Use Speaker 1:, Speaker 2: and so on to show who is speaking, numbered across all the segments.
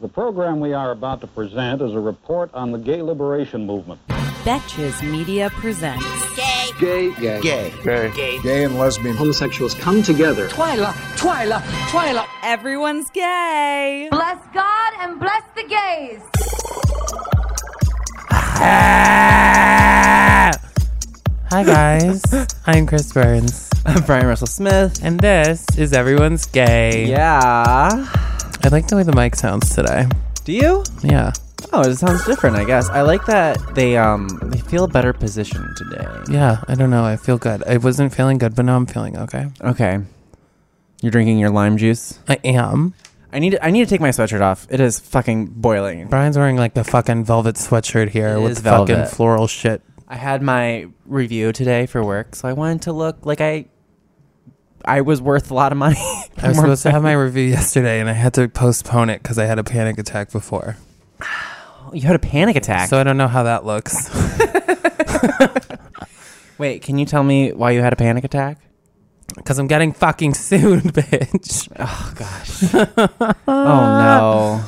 Speaker 1: The program we are about to present is a report on the gay liberation movement.
Speaker 2: Betches Media presents
Speaker 3: Gay.
Speaker 4: Gay. Gay.
Speaker 5: Gay.
Speaker 6: Gay. Gay.
Speaker 4: Gay and lesbian.
Speaker 7: Homosexuals come together.
Speaker 8: Twyla. Twyla. Twyla.
Speaker 2: Everyone's Gay.
Speaker 9: Bless God and bless the gays.
Speaker 10: Hi guys, I'm Chris Burns.
Speaker 11: I'm Brian Russell Smith.
Speaker 10: And this is Everyone's Gay.
Speaker 11: Yeah.
Speaker 10: I like the way the mic sounds today.
Speaker 11: Do you?
Speaker 10: Yeah.
Speaker 11: Oh, it sounds different, I guess. I like that they um they feel better positioned today.
Speaker 10: Yeah, I don't know. I feel good. I wasn't feeling good, but now I'm feeling okay.
Speaker 11: Okay. You're drinking your lime juice.
Speaker 10: I am.
Speaker 11: I need to, I need to take my sweatshirt off. It is fucking boiling.
Speaker 10: Brian's wearing like the fucking velvet sweatshirt here
Speaker 11: It
Speaker 10: with
Speaker 11: is velvet.
Speaker 10: fucking floral shit.
Speaker 11: I had my review today for work, so I wanted to look like I I was worth a lot of money.
Speaker 10: I was supposed to have my review yesterday and I had to postpone it because I had a panic attack before.
Speaker 11: You had a panic attack.
Speaker 10: So I don't know how that looks.
Speaker 11: Wait, can you tell me why you had a panic attack?
Speaker 10: Because I'm getting fucking sued, bitch.
Speaker 11: Oh gosh. oh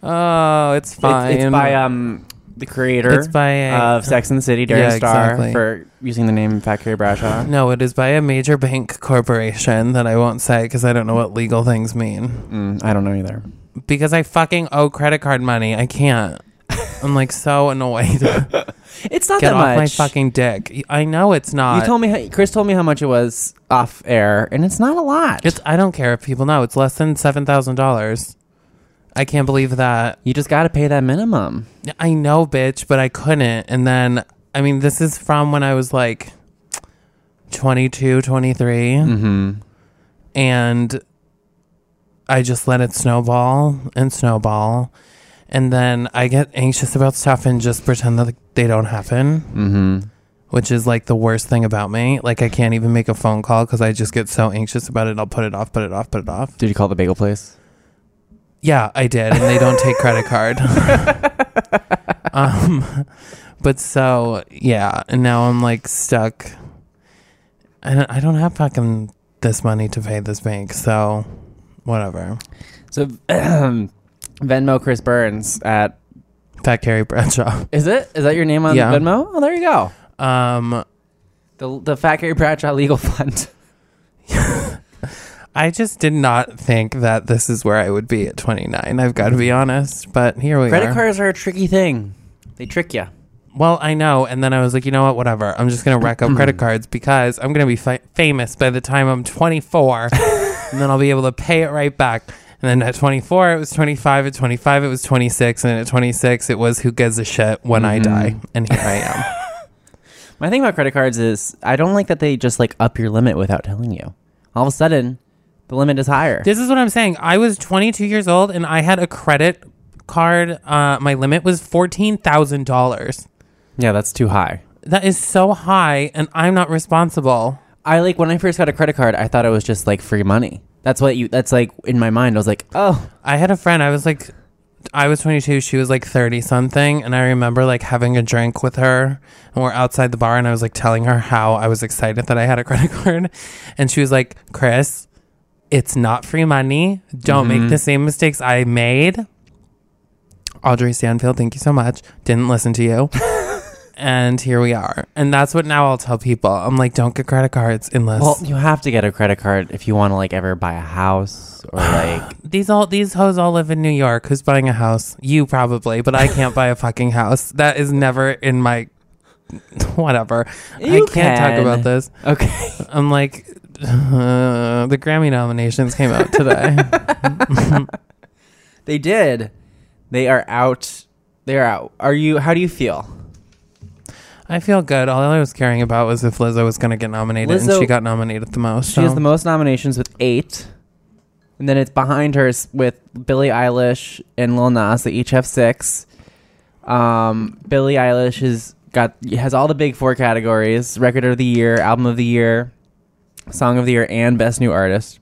Speaker 11: no.
Speaker 10: Oh, it's fine.
Speaker 11: It's, it's by um the creator.
Speaker 10: It's by, uh,
Speaker 11: of Sex and the City, Darren
Speaker 10: yeah,
Speaker 11: Star,
Speaker 10: exactly.
Speaker 11: for using the name Fat Carrie Bradshaw.
Speaker 10: No, it is by a major bank corporation that I won't say because I don't know what legal things mean.
Speaker 11: Mm, I don't know either.
Speaker 10: Because I fucking owe credit card money. I can't. I'm like so annoyed. Get
Speaker 11: It's not that
Speaker 10: off
Speaker 11: much.
Speaker 10: my fucking dick. I know it's not.
Speaker 11: you told me, how, Chris told me how much it was off air, and it's not a lot.
Speaker 10: It's. I don't care if people know. It's less than seven thousand dollars. I can't believe that.
Speaker 11: you just got to pay that minimum.
Speaker 10: I know, bitch, but I couldn't. And then, I mean, this is from when I was like 22, 23. And I just let it snowball and snowball. And then I get anxious about stuff and just pretend that they don't happen, mm-hmm. which is like the worst thing about me. Like, I can't even make a phone call because I just get so anxious about it. I'll put it off, put it off, put it off.
Speaker 11: Did you call the bagel place?
Speaker 10: Yeah, I did, and they don't take credit card. um, but so yeah, and now I'm like stuck. I don't, I don't have fucking this money to pay this bank, so whatever.
Speaker 11: So Venmo Chris Burns at
Speaker 10: Fat Carrie Bradshaw.
Speaker 11: is it is that your name on
Speaker 10: Yeah.
Speaker 11: Venmo? Oh, there you go.
Speaker 10: Um,
Speaker 11: The the Fat Carrie Bradshaw Legal Fund.
Speaker 10: I just did not think that this is where I would be at 29. I've got to be honest, but here we
Speaker 11: Credit
Speaker 10: are.
Speaker 11: cards are a tricky thing. They trick you.
Speaker 10: Well, I know, and then I was like, you know what? Whatever. I'm just gonna rack up credit cards because I'm gonna be fi- famous by the time I'm 24, and then I'll be able to pay it right back. And then at 24, it was 25. At 25, it was 26. And at 26, it was who gives a shit when I die. And here I am.
Speaker 11: My thing about credit cards is I don't like that they just like up your limit without telling you. All of a sudden, the limit is higher.
Speaker 10: this is what I'm saying. I was 22 years old, and I had a credit card. Uh, my limit was fourteen thousand dollars.
Speaker 11: Yeah, that's too high.
Speaker 10: That is so high, and I'm not responsible.
Speaker 11: I like when I first got a credit card, I thought it was just like free money. That's what you that's like in my mind. I was like, "Oh,
Speaker 10: I had a friend. I was like, I was 22. She was like 30 something. And I remember like having a drink with her and we're outside the bar. And I was like telling her how I was excited that I had a credit card. And she was like, Chris, it's not free money. Don't make the same mistakes I made. Audrey Stanfield, thank you so much. Didn't listen to you. and here we are. And that's what now I'll tell people. I'm like, don't get credit cards unless.
Speaker 11: well, you have to get a credit card if you want to like ever buy a house or like
Speaker 10: These all these hoes all live in New York. Who's buying a house? You probably, but I can't buy a fucking house. That is never in my whatever.
Speaker 11: You
Speaker 10: I can't
Speaker 11: can.
Speaker 10: talk about this.
Speaker 11: okay.
Speaker 10: I'm like uh, the Grammy nominations came out today.
Speaker 11: They did. They are out. They are out. Are you how do you feel?
Speaker 10: I feel good. All I was caring about was if Lizzo was going to get nominated,
Speaker 11: Lizzo-
Speaker 10: and she got nominated the most.
Speaker 11: She has
Speaker 10: so-
Speaker 11: the most nominations with 8. And then it's behind her s- with Billie Eilish and Lil Nas. They each have 6. Um Billie Eilish has got has all the big four categories: record of the year, album of the year, song of the year, and best new artist.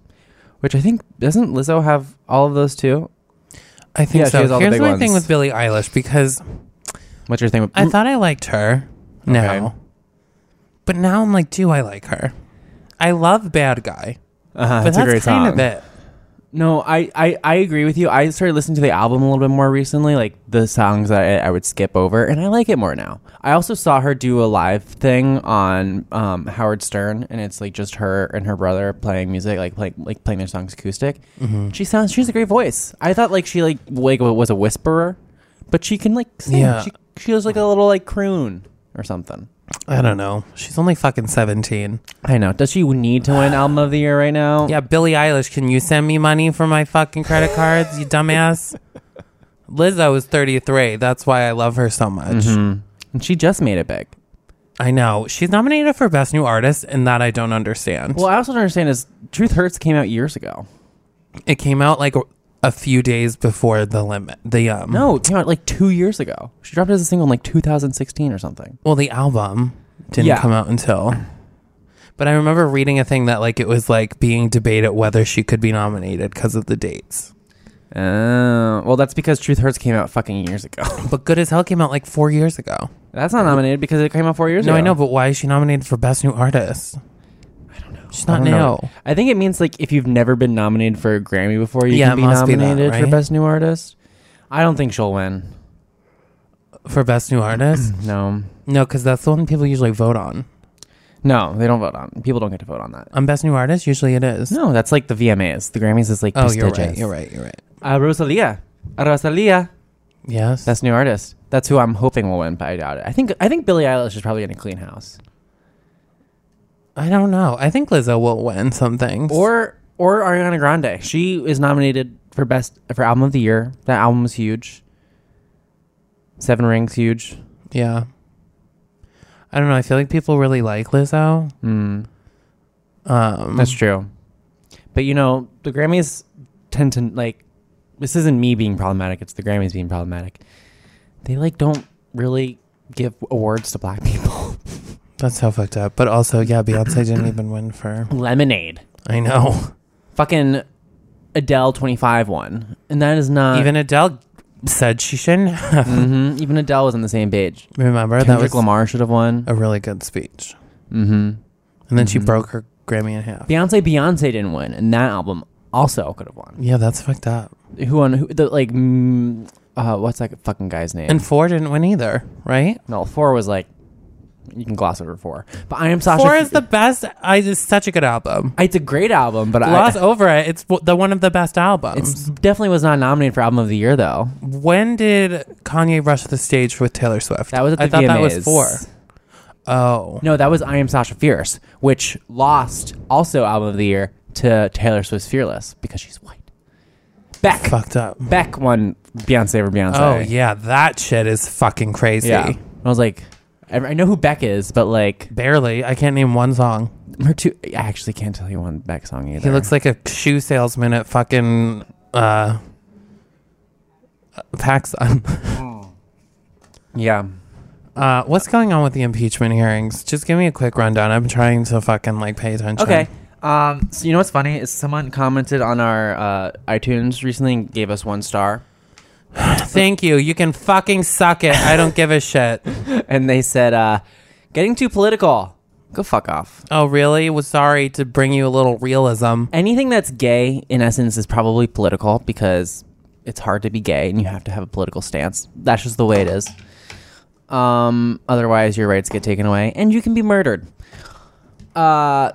Speaker 11: Which I think doesn't Lizzo have all of those too?
Speaker 10: I think
Speaker 11: yeah, she
Speaker 10: so.
Speaker 11: has all the
Speaker 10: Here's
Speaker 11: big
Speaker 10: my thing
Speaker 11: ones.
Speaker 10: with Billie Eilish because
Speaker 11: What's your thing? With,
Speaker 10: I thought I liked her. Now,
Speaker 11: Okay.
Speaker 10: but now I'm like, do I like her? I love Bad Guy.
Speaker 11: uh,
Speaker 10: but that's kind of it.
Speaker 11: No, I, I, I agree with you. I started listening to the album a little bit more recently, like the songs I, I would skip over, and I like it more now. I also saw her do a live thing on um, Howard Stern, and it's like just her and her brother playing music, like playing like playing their songs acoustic. She sounds she has a great voice. I thought like she like like was a whisperer, but she can like sing.
Speaker 10: Yeah.
Speaker 11: She she was like a little like croon or something.
Speaker 10: I don't know. She's only fucking 17.
Speaker 11: I know. Does she need to win album of the year right now?
Speaker 10: Yeah, Billie Eilish, can you send me money for my fucking credit cards, you dumbass? Lizzo is 33. That's why I love her so much.
Speaker 11: Mm-hmm. And she just made it big.
Speaker 10: I know. She's nominated for Best New Artist, and that I don't understand.
Speaker 11: Well, I also don't understand is Truth Hurts came out years ago.
Speaker 10: It came out like a few days before the limit. The um
Speaker 11: No, it came out like two years ago. She dropped it as a single in like 2016 or something.
Speaker 10: Well, the album didn't
Speaker 11: Yeah.
Speaker 10: come out until. But I remember reading a thing that like it was like being debated whether she could be nominated because of the dates.
Speaker 11: Oh, well, that's because Truth Hurts came out fucking years ago.
Speaker 10: But Good as Hell came out like four years ago.
Speaker 11: that's not nominated because it came out four years
Speaker 10: No,
Speaker 11: ago.
Speaker 10: I know, but why is she nominated for Best New Artist? I don't know. She's
Speaker 11: I
Speaker 10: not
Speaker 11: don't
Speaker 10: new.
Speaker 11: know. I think it means like if you've never been nominated for a Grammy before, you
Speaker 10: Yeah,
Speaker 11: can
Speaker 10: it
Speaker 11: be
Speaker 10: must be that,
Speaker 11: nominated for
Speaker 10: right?
Speaker 11: Best New Artist. I don't think she'll win.
Speaker 10: For Best New Artist?
Speaker 11: No,
Speaker 10: no, because that's the one people usually vote on.
Speaker 11: no, they don't vote on. People don't get to vote on that.
Speaker 10: On Best New Artist, usually it is.
Speaker 11: No, that's like the VMAs. The Grammys is like
Speaker 10: Oh, you're
Speaker 11: prestigious.
Speaker 10: right. You're right. You're right.
Speaker 11: Uh, Rosalia, Rosalia.
Speaker 10: Yes.
Speaker 11: Best new artist. That's who I'm hoping will win, but I doubt it. I think I think Billie Eilish is probably gonna clean house.
Speaker 10: I don't know. I think Lizzo will win some things.
Speaker 11: Or or Ariana Grande. She is nominated for best for album of the year. That album was huge. Seven Rings huge.
Speaker 10: Yeah. I don't know. I feel like people really like Lizzo.
Speaker 11: Mm.
Speaker 10: Um,
Speaker 11: That's true. But you know, the Grammys tend to like this isn't me being problematic, it's the Grammys being problematic. They like don't really give awards to black people.
Speaker 10: that's so fucked up. But also, yeah, Beyonce didn't even win for.
Speaker 11: Lemonade.
Speaker 10: I know.
Speaker 11: Fucking Adele twenty five won. And that is not
Speaker 10: Even Adele said she shouldn't have.
Speaker 11: Mm-hmm. Even Adele was on the same page.
Speaker 10: Remember that
Speaker 11: Kendrick
Speaker 10: was
Speaker 11: Lamar should have won.
Speaker 10: a really good speech. Mm-hmm. And then she broke her Grammy in half.
Speaker 11: Beyonce, Beyonce didn't win, and that album also could have won.
Speaker 10: Yeah, that's fucked up.
Speaker 11: Who on who? The, like, mm, uh, what's that fucking guy's name?
Speaker 10: And four didn't win either, right?
Speaker 11: no, four was like, you can gloss over four. But I am Sasha.
Speaker 10: Four is the best. I it's such a good album.
Speaker 11: It's a great album, but
Speaker 10: Gloss
Speaker 11: I,
Speaker 10: over it. It's w- the one of the best albums.
Speaker 11: it's definitely was not nominated for album of the year though.
Speaker 10: when did Kanye rush the stage with Taylor Swift?
Speaker 11: That was at the
Speaker 10: I thought that was
Speaker 11: VMAs.
Speaker 10: four. Oh.
Speaker 11: No, that was I am Sasha Fierce, which lost also album of the year to Taylor Swift's Fearless because she's white. Beck,
Speaker 10: fucked up.
Speaker 11: Beck won Beyonce over Beyonce.
Speaker 10: Oh yeah, that shit is fucking crazy.
Speaker 11: Yeah. I was like, I, I know who Beck is, but like
Speaker 10: Barely. I can't name one song.
Speaker 11: her two. I actually can't tell you one Beck song either.
Speaker 10: He looks like a shoe salesman at fucking uh PacSun.
Speaker 11: yeah.
Speaker 10: Uh what's going on with the impeachment hearings? Just give me a quick rundown. I'm trying to fucking like pay attention.
Speaker 11: Okay. Um. So you know what's funny is someone commented on our uh, iTunes recently and gave us one star,
Speaker 10: Thank you. You can fucking suck it. I don't give a shit.
Speaker 11: and they said, uh, "Getting too political. Go fuck off."
Speaker 10: Oh really? Was sorry to bring you a little realism.
Speaker 11: Anything that's gay, in essence, is probably political because it's hard to be gay and you have to have a political stance. That's just the way it is. Um. Otherwise, your rights get taken away and you can be murdered. Uh.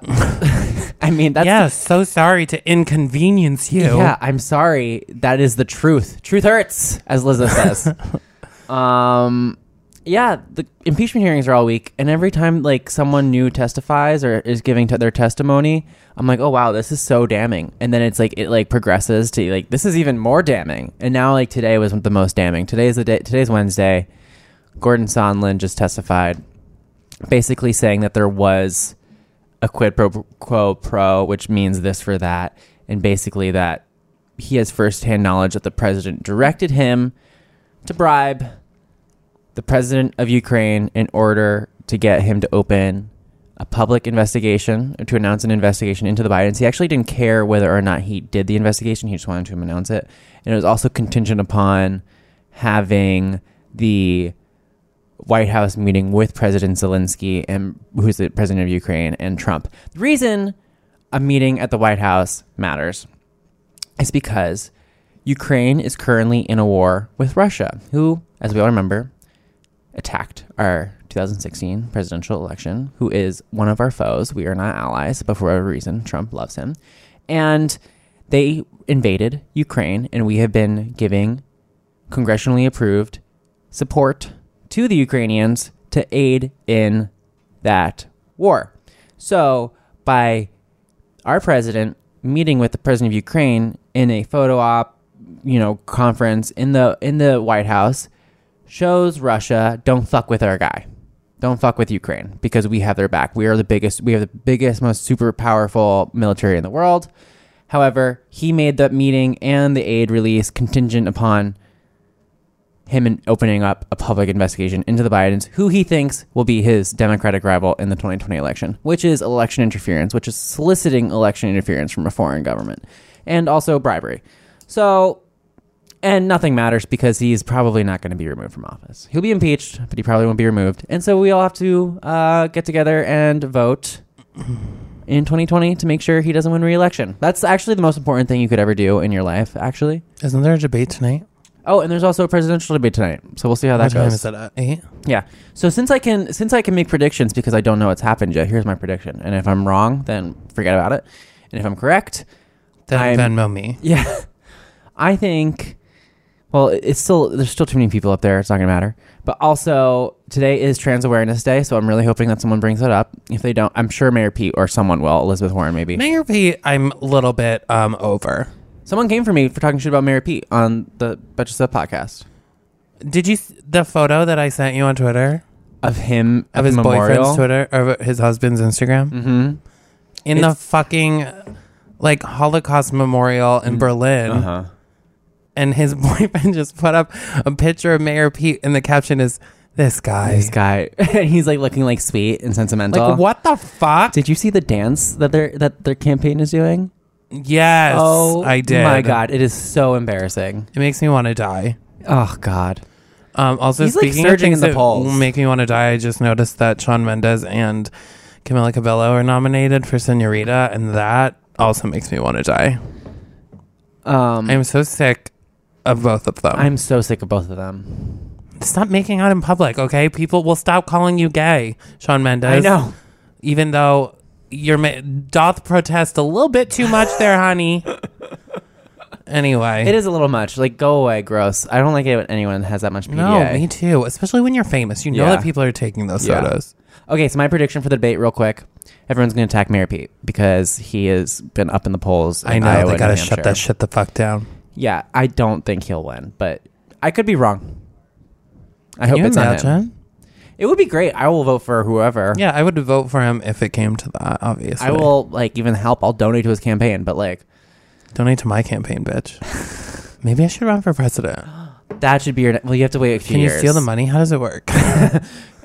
Speaker 11: I mean, that's
Speaker 10: Yes, so sorry to inconvenience you.
Speaker 11: Yeah, I'm sorry. That is the truth. Truth hurts, as Liza says. um, yeah, the impeachment hearings are all week, and every time like someone new testifies or is giving t- their testimony, I'm like, oh wow, this is so damning. And then it's like it like progresses to like this is even more damning. And now like today was the most damning. Today's the day. Today's Wednesday. Gordon Sondland just testified, basically saying that there was a quid pro quo pro, which means this for that, and basically that he has firsthand knowledge that the president directed him to bribe the president of Ukraine in order to get him to open a public investigation or to announce an investigation into the Bidens. He actually didn't care whether or not he did the investigation, he just wanted to announce it. And it was also contingent upon having the White House meeting with President Zelensky and who's the president of Ukraine and Trump. The reason a meeting at the White House matters is because Ukraine is currently in a war with Russia, who, as we all remember, attacked our 2016 presidential election, who is one of our foes. We are not allies, but for whatever reason, Trump loves him. And they invaded Ukraine, and we have been giving congressionally approved support to the Ukrainians to aid in that war. So, by our president meeting with the president of Ukraine in a photo op, you know, conference in the in the White House shows Russia don't fuck with our guy. Don't fuck with Ukraine because we have their back. We are the biggest we have the biggest most super powerful military in the world. However, he made the meeting and the aid release contingent upon him in opening up a public investigation into the Bidens, who he thinks will be his Democratic rival in the 2020 election, which is election interference, which is soliciting election interference from a foreign government, and also bribery. So, and nothing matters because he's probably not going to be removed from office. He'll be impeached, but he probably won't be removed. And so we all have to uh, get together and vote in 2020 to make sure he doesn't win re-election. That's actually the most important thing you could ever do in your life, actually.
Speaker 10: Isn't there a debate tonight?
Speaker 11: Oh, and there's also a presidential debate tonight, so we'll see how that
Speaker 10: What time
Speaker 11: goes.
Speaker 10: is it? At eight?
Speaker 11: Yeah. So since I can since I can make predictions because I don't know what's happened yet, here's my prediction. And if I'm wrong, then forget about it. And if I'm correct,
Speaker 10: Then
Speaker 11: I'm-
Speaker 10: Venmo me.
Speaker 11: yeah. I think well, it- it's still there's still too many people up there, it's not gonna matter. But also today is trans awareness day, so I'm really hoping that someone brings it up. If they don't, I'm sure Mayor Pete or someone will, Elizabeth Warren maybe.
Speaker 10: Mayor Pete, I'm a little bit um over.
Speaker 11: Someone came for me for talking shit about Mayor Pete on the Betcha Stuff podcast.
Speaker 10: Did you s- the photo that I sent you on Twitter
Speaker 11: Of him at
Speaker 10: of
Speaker 11: the
Speaker 10: his
Speaker 11: memorial.
Speaker 10: boyfriend's Twitter or his husband's Instagram? Mm-hmm. In the
Speaker 11: It's-
Speaker 10: fucking like Holocaust memorial in Berlin,
Speaker 11: Uh-huh.
Speaker 10: and his boyfriend just put up a picture of Mayor Pete, and the caption is "This guy."
Speaker 11: This guy he's like looking like sweet and sentimental.
Speaker 10: Like what the fuck?
Speaker 11: Did you see the dance that their that their campaign is doing?
Speaker 10: yes, I did.
Speaker 11: Oh My God, it is so embarrassing.
Speaker 10: it makes me want to die.
Speaker 11: Oh God,
Speaker 10: Um, also,
Speaker 11: He's, like,
Speaker 10: speaking of
Speaker 11: surging
Speaker 10: things
Speaker 11: in the
Speaker 10: that
Speaker 11: polls.
Speaker 10: make me want to die, I just noticed that Sean Mendes and Camila Cabello are nominated for Senorita, and that also makes me want to die.
Speaker 11: um, I'm,
Speaker 10: I'm so sick of both of them.
Speaker 11: so sick of both of them.
Speaker 10: stop making out in public, okay? People will stop calling you gay, Sean Mendes.
Speaker 11: I know.
Speaker 10: even though your ma- doth protest a little bit too much there, honey. anyway,
Speaker 11: It is a little much. Like, go away, gross. I don't like it when anyone has that much PDA.
Speaker 10: No, me too. Especially when you're famous, you know
Speaker 11: Yeah.
Speaker 10: that people are taking those
Speaker 11: Yeah.
Speaker 10: photos.
Speaker 11: Okay, so my prediction for the debate, real quick. Everyone's going to attack Mayor Pete because he has been up in the polls. in
Speaker 10: I know
Speaker 11: Iowa and
Speaker 10: they
Speaker 11: New
Speaker 10: gotta shut
Speaker 11: Hampshire.
Speaker 10: that shit the fuck down.
Speaker 11: Yeah, I don't think he'll win, but I could be wrong. I hope
Speaker 10: Can you
Speaker 11: it's not him.
Speaker 10: imagine?
Speaker 11: It would be great. I will vote for whoever.
Speaker 10: Yeah, I would vote for him if it came to that. Obviously,
Speaker 11: I will like even help. I'll donate to his campaign, but like
Speaker 10: donate to my campaign, bitch. Maybe I should run for president.
Speaker 11: that should be your. Well, you have to wait a few
Speaker 10: Can
Speaker 11: years.
Speaker 10: you steal the money? How does it work?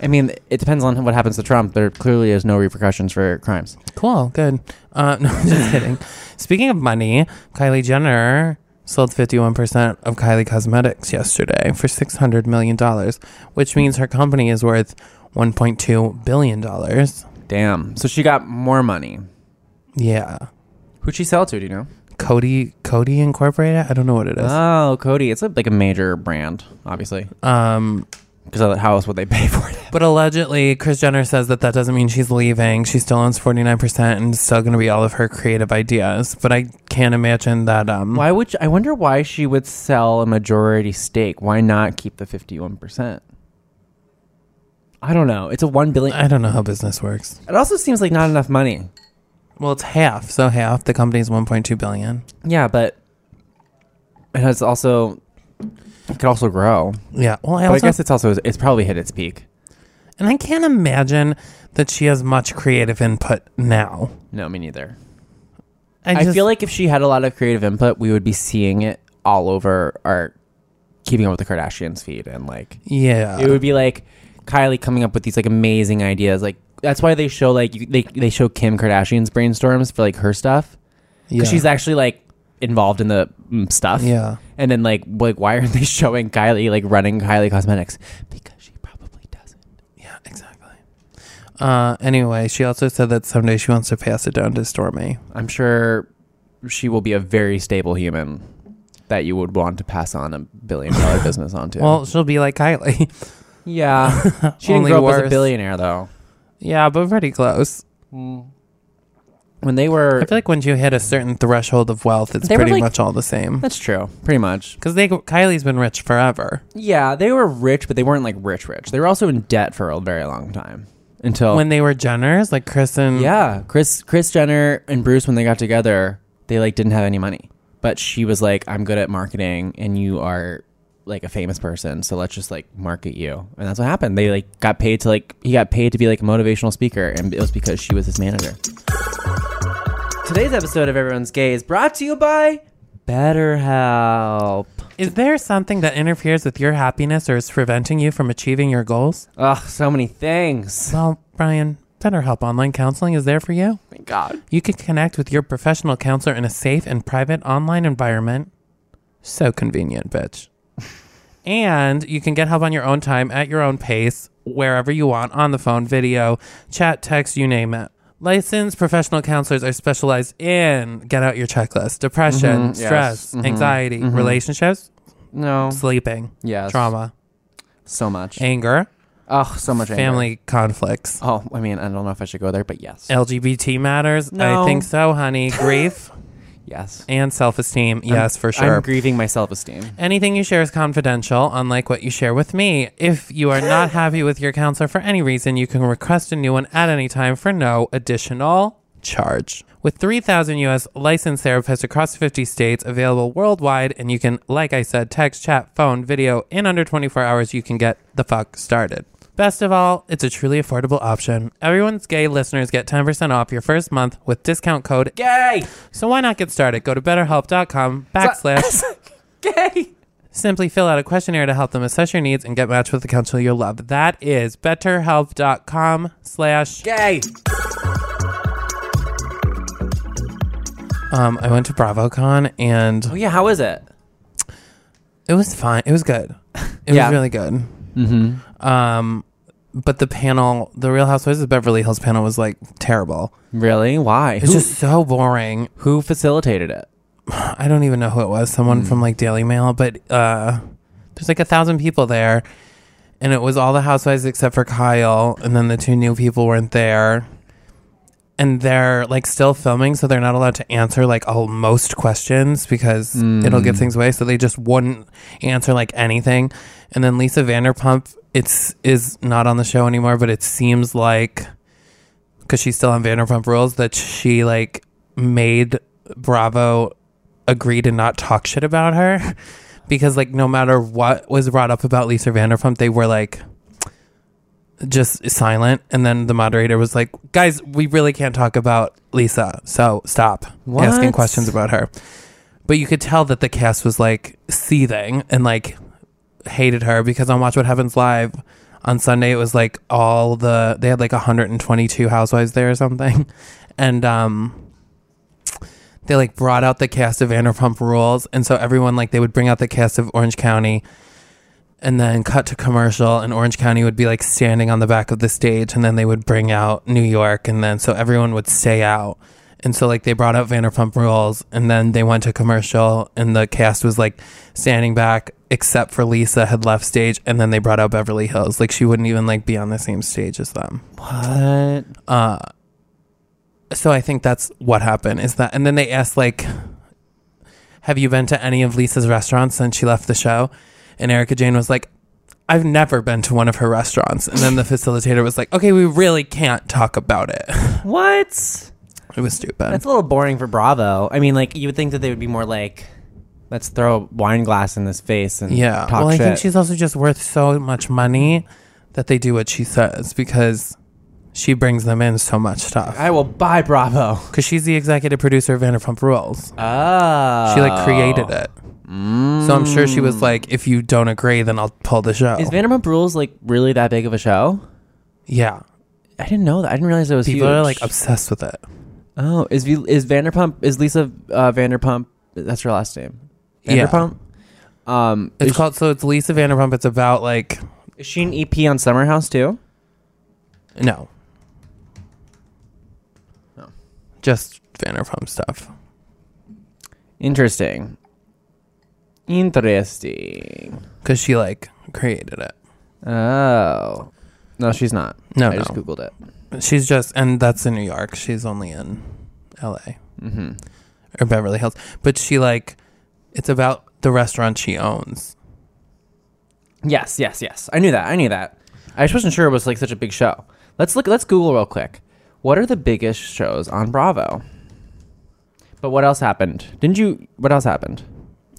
Speaker 11: I mean, it depends on what happens to Trump. There clearly is no repercussions for crimes.
Speaker 10: cool, good. Uh, no, I'm just kidding. Speaking of money, Kylie Jenner sold 51 percent of Kylie Cosmetics yesterday for 600 million dollars, which means her company is worth 1.2 billion dollars.
Speaker 11: Damn. So she got more money.
Speaker 10: Yeah.
Speaker 11: Who'd she sell to? Do you know?
Speaker 10: Cody Cody Incorporated. I don't know what it is.
Speaker 11: Oh, Cody. It's a, like a major brand, obviously.
Speaker 10: um,
Speaker 11: Because how else would they pay for it?
Speaker 10: but allegedly, Chris Jenner says that that doesn't mean she's leaving. She still owns forty nine percent and it's still going to be all of her creative ideas. But I can't imagine that. Um,
Speaker 11: Why would she, I wonder why she would sell a majority stake? Why not keep the fifty-one percent? I don't know. It's a one billion.
Speaker 10: I don't know how business works.
Speaker 11: It also seems like not enough money.
Speaker 10: Well, it's half. So half the company's one point two billion.
Speaker 11: Yeah, but it has also it could also grow.
Speaker 10: Yeah. Well, I
Speaker 11: But I
Speaker 10: also
Speaker 11: guess it's also it's probably hit its peak.
Speaker 10: and I can't imagine that she has much creative input now.
Speaker 11: No, me neither.
Speaker 10: I,
Speaker 11: I,
Speaker 10: just-
Speaker 11: feel like if she had a lot of creative input, we would be seeing it all over our Keeping Up with the Kardashians feed, and like
Speaker 10: yeah.
Speaker 11: it would be like Kylie coming up with these like amazing ideas. Like that's why they show like you- they they show Kim Kardashian's brainstorms for like her stuff
Speaker 10: yeah.
Speaker 11: because she's actually like involved in the mm, stuff.
Speaker 10: Yeah.
Speaker 11: And then like like why aren't they showing Kylie like running Kylie Cosmetics? Because she probably doesn't.
Speaker 10: Yeah, exactly. Uh, anyway, she also said that someday she wants to pass it down to Stormy.
Speaker 11: I'm sure she will be a very stable human that you would want to pass on a billion dollar business onto.
Speaker 10: Well, she'll be like Kylie.
Speaker 11: yeah, she didn't
Speaker 10: only
Speaker 11: grow up as a
Speaker 10: worse.
Speaker 11: billionaire though.
Speaker 10: yeah, but pretty close.
Speaker 11: When they were,
Speaker 10: I feel like once you hit a certain threshold of wealth, it's
Speaker 11: They were,
Speaker 10: pretty
Speaker 11: like-
Speaker 10: much all the same.
Speaker 11: that's true, pretty much.
Speaker 10: Because they Kylie's been rich forever.
Speaker 11: Yeah, they were rich, but they weren't like rich rich. They were also in debt for a very long time until
Speaker 10: When they were Jenners, like Chris and
Speaker 11: Oh. yeah, Chris Chris Jenner and Bruce when they got together, they like didn't have any money. But she was like, "I'm good at marketing, and you are like a famous person, so let's just like market you." And that's what happened. They like got paid to like he got paid to be like a motivational speaker, and it was because she was his manager. Today's episode of Everyone's Gay is brought to you by BetterHelp.
Speaker 10: Is there something that interferes with your happiness or is preventing you from achieving your goals?
Speaker 11: Ugh, so many things.
Speaker 10: Well, Brian, BetterHelp Online Counseling is there for you.
Speaker 11: Thank Oh God.
Speaker 10: You can connect with your professional counselor in a safe and private online environment. So convenient, bitch. and you can get help on your own time, at your own pace, wherever you want, on the phone, video, chat, text, you name it. Licensed professional counselors are specialized in get out your checklist, depression,
Speaker 11: Mhm, yes.
Speaker 10: stress, anxiety, relationships,
Speaker 11: No.
Speaker 10: sleeping,
Speaker 11: Yes.
Speaker 10: trauma,
Speaker 11: So much.
Speaker 10: anger,
Speaker 11: Ugh, so much anger.
Speaker 10: family conflicts.
Speaker 11: Oh, I mean, I don't know if I should go there, but yes.
Speaker 10: LGBT matters.
Speaker 11: No.
Speaker 10: I think so, honey. Grief
Speaker 11: Yes.
Speaker 10: and self esteem. Yes, for sure.
Speaker 11: I'm grieving my self esteem.
Speaker 10: Anything you share is confidential, unlike what you share with me. If you are not happy with your counselor for any reason, you can request a new one at any time for no additional charge. With 3,000 US licensed therapists across 50 states available worldwide, and you can, like I said, text, chat, phone, video, in under 24 hours, you can get the fuck started. Best of all, it's a truly affordable option. Everyone's gay listeners get 10% off your first month with discount code GAY. So why not get started? Go to betterhelp.com backslash Simply fill out a questionnaire to help them assess your needs and get matched with the counselor you'll love. That is betterhelp.com slash
Speaker 11: Gay.
Speaker 10: um I went to BravoCon
Speaker 11: Oh
Speaker 10: and
Speaker 11: yeah, how is it?
Speaker 10: it was fine. It was good. It
Speaker 11: Yeah.
Speaker 10: was really good. Mm-hmm. Um but the panel, the Real Housewives of Beverly Hills panel was like terrible.
Speaker 11: Really? Why?
Speaker 10: It's
Speaker 11: Who,
Speaker 10: just so boring.
Speaker 11: who facilitated it?
Speaker 10: I don't even know who it was. Someone from like Daily Mail, but uh there's like a thousand people there. And it was all the housewives except for Kyle, and then the two new people weren't there. And they're like still filming, so they're not allowed to answer like all most questions because it'll give things away. So they just wouldn't answer like anything. And then Lisa Vanderpump, it's is not on the show anymore, but it seems like because she's still on Vanderpump Rules that she like made Bravo agree to not talk shit about her because like no matter what was brought up about Lisa Vanderpump, they were like just silent. And then the moderator was like, "Guys, we really can't talk about Lisa, so stop asking
Speaker 11: What?
Speaker 10: questions about her." But you could tell that the cast was like seething and like hated her because on Watch What Happens Live on Sunday it was like all the they had like 122 housewives there or something, and um they like brought out the cast of Vanderpump Rules, and so everyone like they would bring out the cast of Orange County, and then cut to commercial, and Orange County would be like standing on the back of the stage, and then they would bring out New York, and then so everyone would stay out, and so like they brought out Vanderpump Rules, and then they went to commercial, and the cast was like standing back except for Lisa had left stage, and then they brought out Beverly Hills, like she wouldn't even like be on the same stage as them Uh,
Speaker 11: What?
Speaker 10: so I think that's what happened is that and then they asked like have you been to any of Lisa's restaurants since she left the show and Erica Jane was like I've never been to one of her restaurants and then the facilitator was like okay we really can't talk about it
Speaker 11: What? That's
Speaker 10: it was stupid
Speaker 11: a little boring for Bravo. I mean, like you would think that they would be more like, let's throw a wine glass in this face and
Speaker 10: yeah
Speaker 11: talk
Speaker 10: well
Speaker 11: shit.
Speaker 10: I think she's also just worth so much money that they do what she says because she brings them in so much stuff
Speaker 11: I will buy Bravo.
Speaker 10: because she's the executive producer of Vanderpump Rules
Speaker 11: Oh. Mm.
Speaker 10: She like created it. So I'm sure she was like, if you don't agree, then I'll pull the show.
Speaker 11: Is Vanderpump Rules like really that big of a show?
Speaker 10: yeah.
Speaker 11: I didn't know that. I didn't realize it was
Speaker 10: People are
Speaker 11: huge.
Speaker 10: like obsessed with it.
Speaker 11: Oh, is V- is Vanderpump is Lisa uh, Vanderpump? That's her last name.
Speaker 10: Yeah.
Speaker 11: Vanderpump. Um,
Speaker 10: It's
Speaker 11: is,
Speaker 10: called, so it's Lisa Vanderpump. It's about like,
Speaker 11: is she an EP on Summer House too?
Speaker 10: no. Just Vanderpump stuff.
Speaker 11: Interesting. Interesting.
Speaker 10: because she like created it.
Speaker 11: Oh. No, she's not.
Speaker 10: No,
Speaker 11: I just
Speaker 10: no.
Speaker 11: Googled it.
Speaker 10: She's just, and that's in New York. She's only in L.A. or Beverly Hills. But she like, it's about the restaurant she owns.
Speaker 11: Yes, yes, yes. I knew that. I knew that. I just wasn't sure it was like such a big show. Let's look. Let's Google real quick. What are the biggest shows on Bravo? But what else happened? Didn't you? What else happened?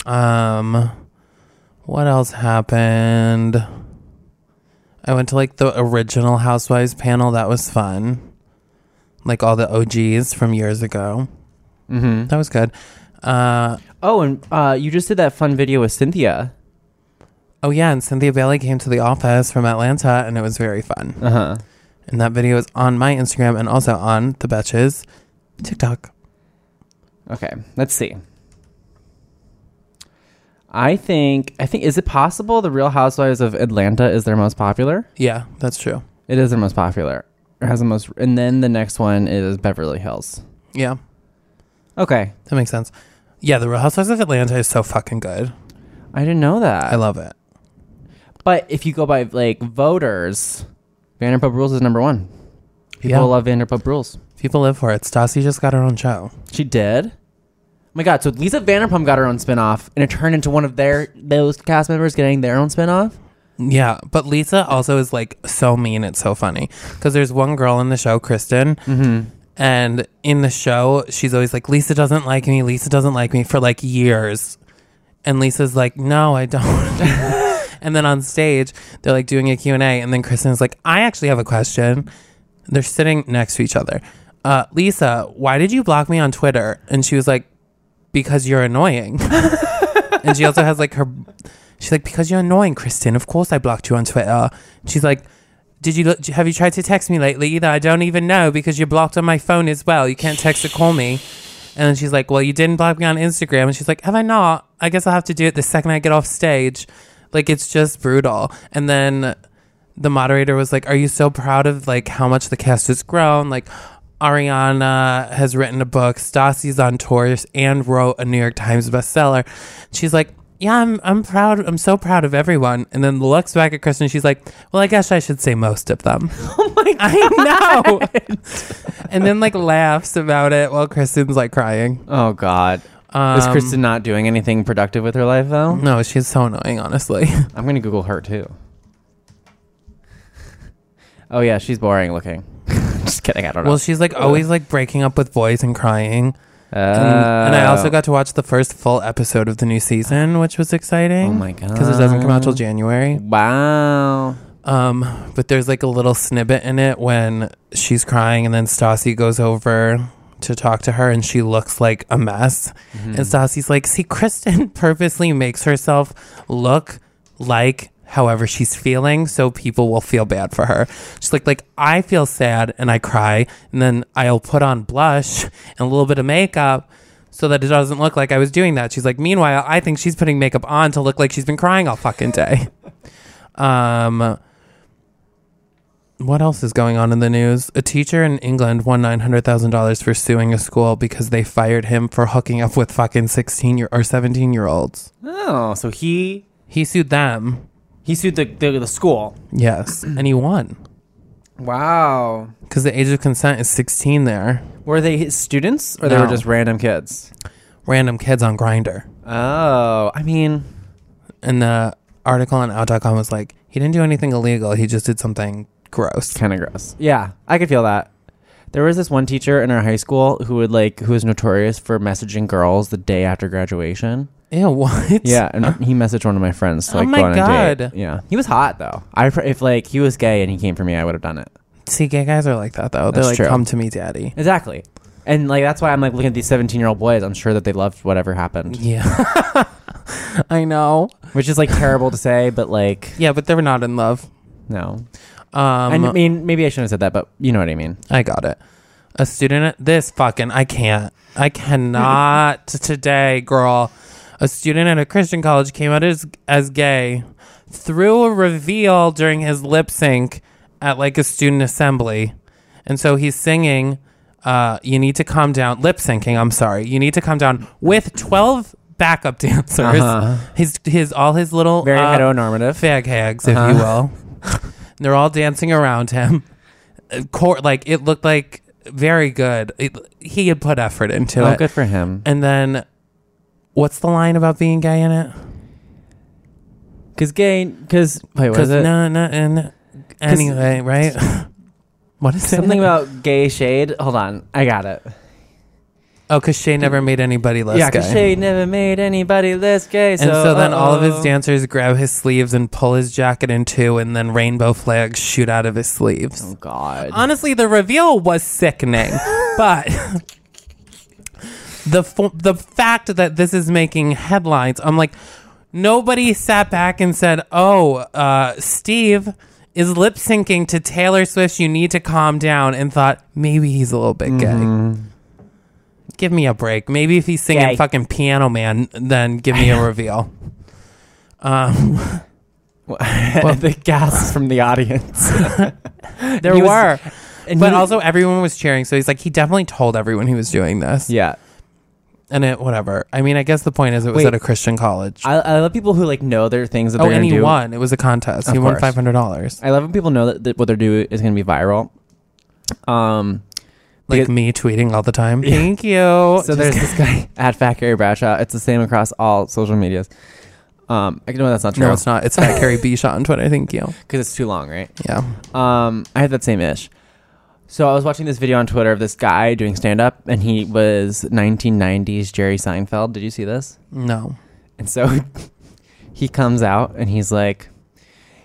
Speaker 10: Um, what else happened? I went to like the original Housewives panel. That was fun. Like all the OGs from years ago. Mm-hmm. That was good. Uh,
Speaker 11: Oh, and uh, you just did that fun video with Cynthia.
Speaker 10: oh yeah, and Cynthia Bailey came to the office from Atlanta, and it was very fun.
Speaker 11: Uh huh.
Speaker 10: And that video is on my Instagram and also on the Betches TikTok.
Speaker 11: Okay. Let's see. I think. I think. Is it possible the Real Housewives of Atlanta is their most popular?
Speaker 10: Yeah, that's true.
Speaker 11: It is their most popular. It has the most. And then the next one is Beverly Hills.
Speaker 10: Yeah,
Speaker 11: Okay.
Speaker 10: that makes sense. Yeah, The Real Housewives of Atlanta is so fucking good.
Speaker 11: I didn't know that.
Speaker 10: I love it.
Speaker 11: But if you go by like voters, Vanderpump Rules is number one. People
Speaker 10: Yeah.
Speaker 11: love Vanderpump Rules.
Speaker 10: People live for it. Stassi just got her own show.
Speaker 11: She did. Oh my God! So Lisa Vanderpump got her own spinoff, and it turned into one of their those cast members getting their own spinoff.
Speaker 10: Yeah, but Lisa also is like so mean. It's so funny because there's one girl in the show, Kristen, and in the show she's always like, "Lisa doesn't like me. Lisa doesn't like me" for like years, and Lisa's like, "No, I don't." and then on stage they're like doing a Q and A, and then Kristen's like, "I actually have a question." They're sitting next to each other. Uh, Lisa, why did you block me on Twitter? And she was like, "Because you're annoying." and she also has like her She's like, because you're annoying, Kristen. Of course I blocked you on Twitter. She's like, did you look, have you tried to text me lately either? I don't even know because you're blocked on my phone as well. You can't text or call me. And then she's like, well, you didn't block me on Instagram. And she's like, have I not? I guess I'll have to do it the second I get off stage. Like, it's just brutal. And then the moderator was like, are you so proud of like how much the cast has grown? Like, Ariana has written a book. Stassi's on tour and wrote a New York Times bestseller. She's like, yeah, I'm I'm proud. I'm so proud of everyone. And then looks back at Kristen. She's like, well, I guess I should say most of them. Oh my! I know. and then like laughs about it while Kristen's like crying.
Speaker 11: Oh God! is Kristen not doing anything productive with her life though?
Speaker 10: No, she's so annoying. Honestly,
Speaker 11: I'm gonna Google her too. oh yeah, she's boring looking. Just kidding. I don't know.
Speaker 10: well, she's like always like breaking up with boys and crying.
Speaker 11: Oh.
Speaker 10: And, and I also got to watch the first full episode of the new season, which was exciting.
Speaker 11: Oh my
Speaker 10: Because it doesn't come out till January.
Speaker 11: wow.
Speaker 10: Um, but there's like a little snippet in it when she's crying, and then Stassi goes over to talk to her, and she looks like a mess. And Stassi's like, "See, Kristen purposely makes herself look like." However, she's feeling so people will feel bad for her. She's like, like I feel sad and I cry, and then I'll put on blush and a little bit of makeup so that it doesn't look like I was doing that. She's like, meanwhile, I think she's putting makeup on to look like she's been crying all fucking day. Um, what else is going on in the news? A teacher in England won nine hundred thousand dollars for suing a school because they fired him for hooking up with fucking sixteen year or seventeen year olds.
Speaker 11: Oh, so he
Speaker 10: He sued them,
Speaker 11: he sued the the, the school.
Speaker 10: yes, and he won
Speaker 11: Wow.
Speaker 10: because the age of consent is sixteen there.
Speaker 11: Were they his students or they
Speaker 10: No.
Speaker 11: were just random kids?
Speaker 10: Random kids on Grinder,
Speaker 11: Oh, I mean,
Speaker 10: and the article on Out.com was like, he didn't do anything illegal. He just did something gross.
Speaker 11: kind of gross. Yeah, I could feel that. There was this one teacher in our high school who would like who was notorious for messaging girls the day after graduation.
Speaker 10: Ew, what?
Speaker 11: Yeah, and he messaged one of my friends to
Speaker 10: Oh
Speaker 11: like
Speaker 10: my
Speaker 11: go on a
Speaker 10: God.
Speaker 11: date. Yeah, he was hot though. I pr- if like he was gay and he came for me, I would have done it.
Speaker 10: See, gay guys are like that though. They're
Speaker 11: That's
Speaker 10: like,
Speaker 11: true.
Speaker 10: come to me, daddy.
Speaker 11: Exactly. And like that's why I'm like looking at these 17 year old boys. I'm sure that they loved whatever happened,
Speaker 10: Yeah, I know.
Speaker 11: which is like terrible to say, but like
Speaker 10: Yeah, but they were not in love.
Speaker 11: no.
Speaker 10: Um,
Speaker 11: I mean, maybe I shouldn't have said that, but you know what I mean.
Speaker 10: I got it. A student at this fucking I can't. I cannot today, girl. A student at a Christian college came out as as gay through a reveal during his lip sync at like a student assembly. And so he's singing uh, you need to calm down. Lip syncing. I'm sorry. You need to calm down with 12 backup dancers. His his all his little
Speaker 11: Uh-huh. Very
Speaker 10: uh,
Speaker 11: heteronormative.
Speaker 10: fag hags, if you
Speaker 11: Uh-huh.
Speaker 10: will. They're all dancing around him. Uh, Cor- like it looked like very good. It, he had put effort into
Speaker 11: Oh,
Speaker 10: it.
Speaker 11: good for him.
Speaker 10: And then, what's the line about being gay in it?
Speaker 11: Because gay, because wait, what
Speaker 10: Because
Speaker 11: is it?
Speaker 10: no, no, and anyway, right? what is it?
Speaker 11: Something about gay shade. Hold on, I got it.
Speaker 10: Oh, because Shay never made anybody less
Speaker 11: yeah,
Speaker 10: gay.
Speaker 11: because shade never made anybody less gay. So, uh,
Speaker 10: and so then all of his
Speaker 11: uh-oh.
Speaker 10: dancers grab his sleeves and pull his jacket in two, and then rainbow flags shoot out of his sleeves.
Speaker 11: Oh God.
Speaker 10: Honestly, the reveal was sickening, but the fo- the fact that this is making headlines, I'm like, nobody sat back and said, "Oh, uh, Steve is lip syncing to Taylor Swift. You need to calm down." And thought maybe he's a little bit gay. Give me a break. Maybe if he's singing
Speaker 11: Gay.
Speaker 10: fucking Piano Man, then give me a reveal. Um,
Speaker 11: well, the gasps from the audience.
Speaker 10: there
Speaker 11: He was-
Speaker 10: were,
Speaker 11: And
Speaker 10: but
Speaker 11: he-
Speaker 10: also everyone was cheering. So he's like, he definitely told everyone he was doing this.
Speaker 11: yeah,
Speaker 10: and it whatever. I mean, I guess the point is it was
Speaker 11: Wait.
Speaker 10: at a Christian college.
Speaker 11: I, I love people who like know their things that
Speaker 10: oh,
Speaker 11: they're
Speaker 10: and
Speaker 11: gonna
Speaker 10: he
Speaker 11: do.
Speaker 10: won. It was a contest.
Speaker 11: Of
Speaker 10: he won
Speaker 11: course.
Speaker 10: five hundred dollars.
Speaker 11: I love when people know that, that what they're doing is gonna be viral. Um,
Speaker 10: Like
Speaker 11: because-
Speaker 10: me tweeting all the time. Thank you.
Speaker 11: so
Speaker 10: Just
Speaker 11: there's
Speaker 10: kidding.
Speaker 11: this guy at Fat Gary Bradshaw. It's the same across all social medias. Um, I know that's not true.
Speaker 10: no, it's not. It's Fat Carrie B shot on Twitter. Thank you.
Speaker 11: because it's too long, right?
Speaker 10: Yeah.
Speaker 11: Um, I had that same ish. So I was watching this video on Twitter of this guy doing stand up, and he was 1990s Jerry Seinfeld. Did you see this?
Speaker 10: No.
Speaker 11: And so he comes out and he's like,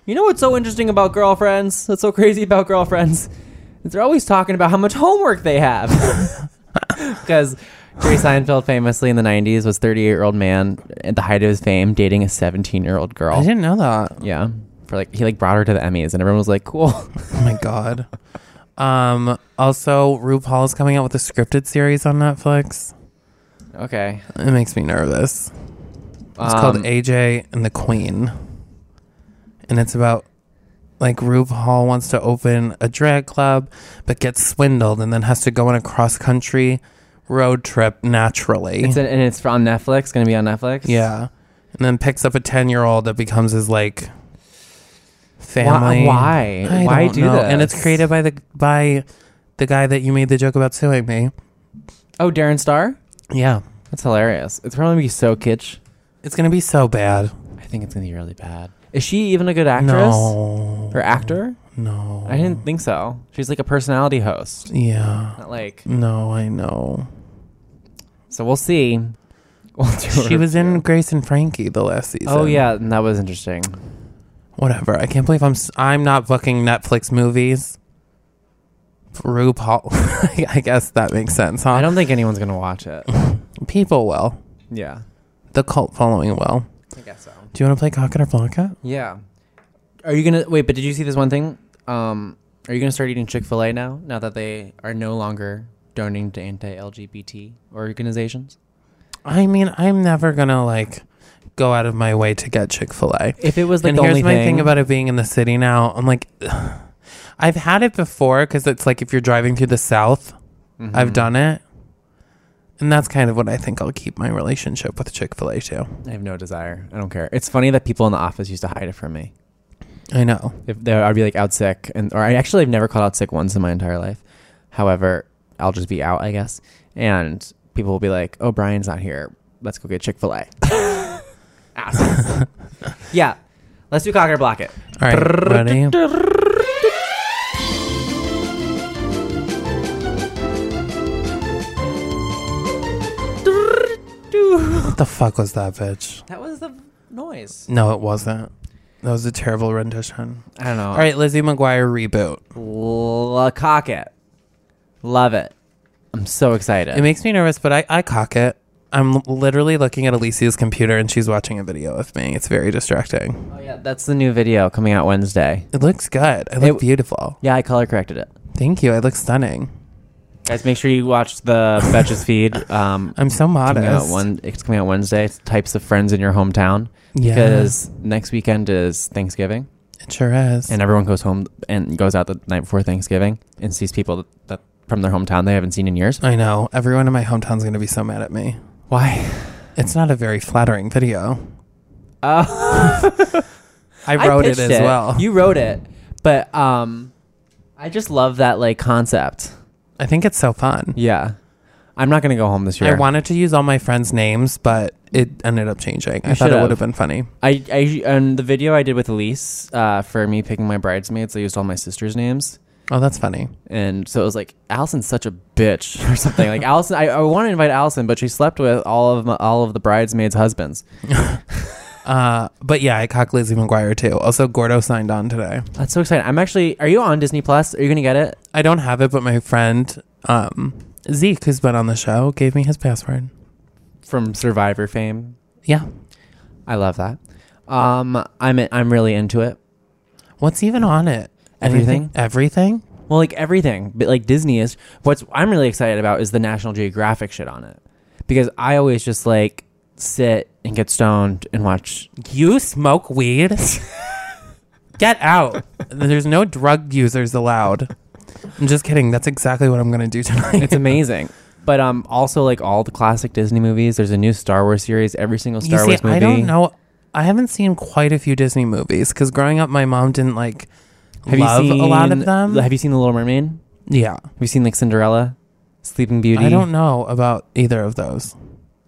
Speaker 11: You know what's so interesting about girlfriends? That's so crazy about girlfriends? Is They're always talking about how much homework they have. Because Jerry Seinfeld famously in the 90s was 38 year old man at the height of his fame dating a 17 year old girl.
Speaker 10: I didn't know that.
Speaker 11: Yeah. For like, he like brought her to the Emmys, and everyone was like, Cool.
Speaker 10: Oh my god. Um. Also, RuPaul's coming out with a scripted series on Netflix.
Speaker 11: okay.
Speaker 10: It makes me nervous. It's called
Speaker 11: Um,
Speaker 10: AJ and the Queen. And it's about like RuPaul wants to open a drag club but gets swindled and then has to go on a cross country road trip naturally.
Speaker 11: It's an, and it's on Netflix. Going to be on Netflix.
Speaker 10: yeah. And then picks up a 10 year old that becomes his like family.
Speaker 11: why?
Speaker 10: I
Speaker 11: Why
Speaker 10: don't
Speaker 11: do
Speaker 10: know. And it's
Speaker 11: this?
Speaker 10: created by the by the guy that you made the joke about suing me.
Speaker 11: Oh, Darren Star.
Speaker 10: Yeah.
Speaker 11: That's hilarious. It's probably gonna be so kitsch.
Speaker 10: It's going to be so bad.
Speaker 11: I think it's gonna be really bad. Is she even a good actress
Speaker 10: No.
Speaker 11: or actor?
Speaker 10: No.
Speaker 11: I didn't think so. She's like a personality host.
Speaker 10: Yeah.
Speaker 11: Not like.
Speaker 10: No, I know.
Speaker 11: So we'll see. We'll do a
Speaker 10: She was in
Speaker 11: review.
Speaker 10: Grace and Frankie the last season.
Speaker 11: Oh yeah, and that was interesting.
Speaker 10: Whatever. I can't believe I'm s- I'm not booking Netflix movies. RuPaul. I- I guess that makes sense, huh?
Speaker 11: I don't think anyone's gonna watch it.
Speaker 10: People will.
Speaker 11: Yeah,
Speaker 10: The cult following will.
Speaker 11: I guess so.
Speaker 10: Do you want to play Cock It or Block It?
Speaker 11: Yeah. Are you gonna wait? But did you see this one thing? Um, are you gonna start eating Chick Fil A now? Now that they are no longer donating to anti-LGBT organizations.
Speaker 10: I mean, I'm never gonna like go out of my way to get Chick Fil A.
Speaker 11: If it was like
Speaker 10: and
Speaker 11: the
Speaker 10: here's
Speaker 11: only
Speaker 10: my
Speaker 11: thing,
Speaker 10: thing. about it being in the city now. I'm like, I've had it before because it's like if you're driving through the South, I've done it, and that's kind of what I think I'll keep my relationship with Chick Fil A to.
Speaker 11: I have no desire. I don't care. It's funny that people in the office used to hide it from me.
Speaker 10: I know.
Speaker 11: If they, I'd be like out sick, and or I actually have never called out sick once in my entire life. However, I'll just be out, I guess, and people will be like, "Oh, Brian's not here. Let's go get Chick Fil A." yeah, let's do cock or block it.
Speaker 10: All right, ready? What the fuck was that, bitch?
Speaker 11: That was the noise.
Speaker 10: No, it wasn't. That was a terrible rendition.
Speaker 11: I don't know.
Speaker 10: All right, Lizzie McGuire reboot.
Speaker 11: L- uh, cock it. Love it. I'm so excited.
Speaker 10: It makes me nervous, but I, I cock it. I'm l- literally looking at Alicia's computer and she's watching a video of me. It's very distracting.
Speaker 11: oh yeah, that's the new video coming out Wednesday.
Speaker 10: It looks good. I look
Speaker 11: It-
Speaker 10: beautiful.
Speaker 11: Yeah, I color corrected it.
Speaker 10: Thank you. I look stunning.
Speaker 11: Guys, make sure you watch the Betches feed. Um,
Speaker 10: I'm so
Speaker 11: coming out
Speaker 10: modest.
Speaker 11: one, it's coming out Wednesday. It's types of friends in your hometown.
Speaker 10: Yeah.
Speaker 11: Because next weekend is Thanksgiving,
Speaker 10: It sure is.
Speaker 11: and everyone goes home and goes out the night before Thanksgiving and sees people that, that from their hometown they haven't seen in years.
Speaker 10: I know. Everyone in my hometown's going to be so mad at me.
Speaker 11: Why?
Speaker 10: It's not a very flattering video.
Speaker 11: Oh,
Speaker 10: I wrote it as well.
Speaker 11: You wrote it, but um, I just love that like concept.
Speaker 10: I think it's so fun.
Speaker 11: Yeah, I'm not gonna go home this year.
Speaker 10: I wanted to use all my friends' names, but it ended up changing. I thought it
Speaker 11: should've.
Speaker 10: would have been funny.
Speaker 11: I, I and the video I did with Elise uh, for me picking my bridesmaids, I used all my sisters' names,
Speaker 10: Oh, that's funny.
Speaker 11: and so it was like Allison's such a bitch or something. like Allison, I, I want to invite Allison, but she slept with all of my, all of the bridesmaids' husbands.
Speaker 10: Uh, but yeah, I cocked Lizzie McGuire too. Also, Gordo signed on today.
Speaker 11: That's so exciting. I'm actually. Are you on Disney Plus? Are you gonna get it?
Speaker 10: I don't have it, but my friend um, Zeke, who's been on the show, gave me his password.
Speaker 11: From Survivor fame,
Speaker 10: Yeah.
Speaker 11: I love that. Um, I'm I'm really into it.
Speaker 10: What's even on it? Anything?
Speaker 11: Everything.
Speaker 10: Everything?
Speaker 11: Well, like everything, but like Disney is. What's I'm really excited about is the National Geographic shit on it, because I always just like sit and get stoned and watch.
Speaker 10: You smoke weed? Get out. There's no drug users allowed. I'm just kidding. That's exactly what I'm going to do tonight.
Speaker 11: It's amazing. but um, also like all the classic Disney movies. There's a new Star Wars series. Every single Star Wars movie.
Speaker 10: I don't know. I haven't seen quite a few Disney movies because growing up, my mom didn't like
Speaker 11: Have
Speaker 10: love
Speaker 11: you seen
Speaker 10: a lot of them.
Speaker 11: Have you seen The Little Mermaid? Have
Speaker 10: yeah,
Speaker 11: you seen like Cinderella, Sleeping Beauty?
Speaker 10: I don't know about either of those.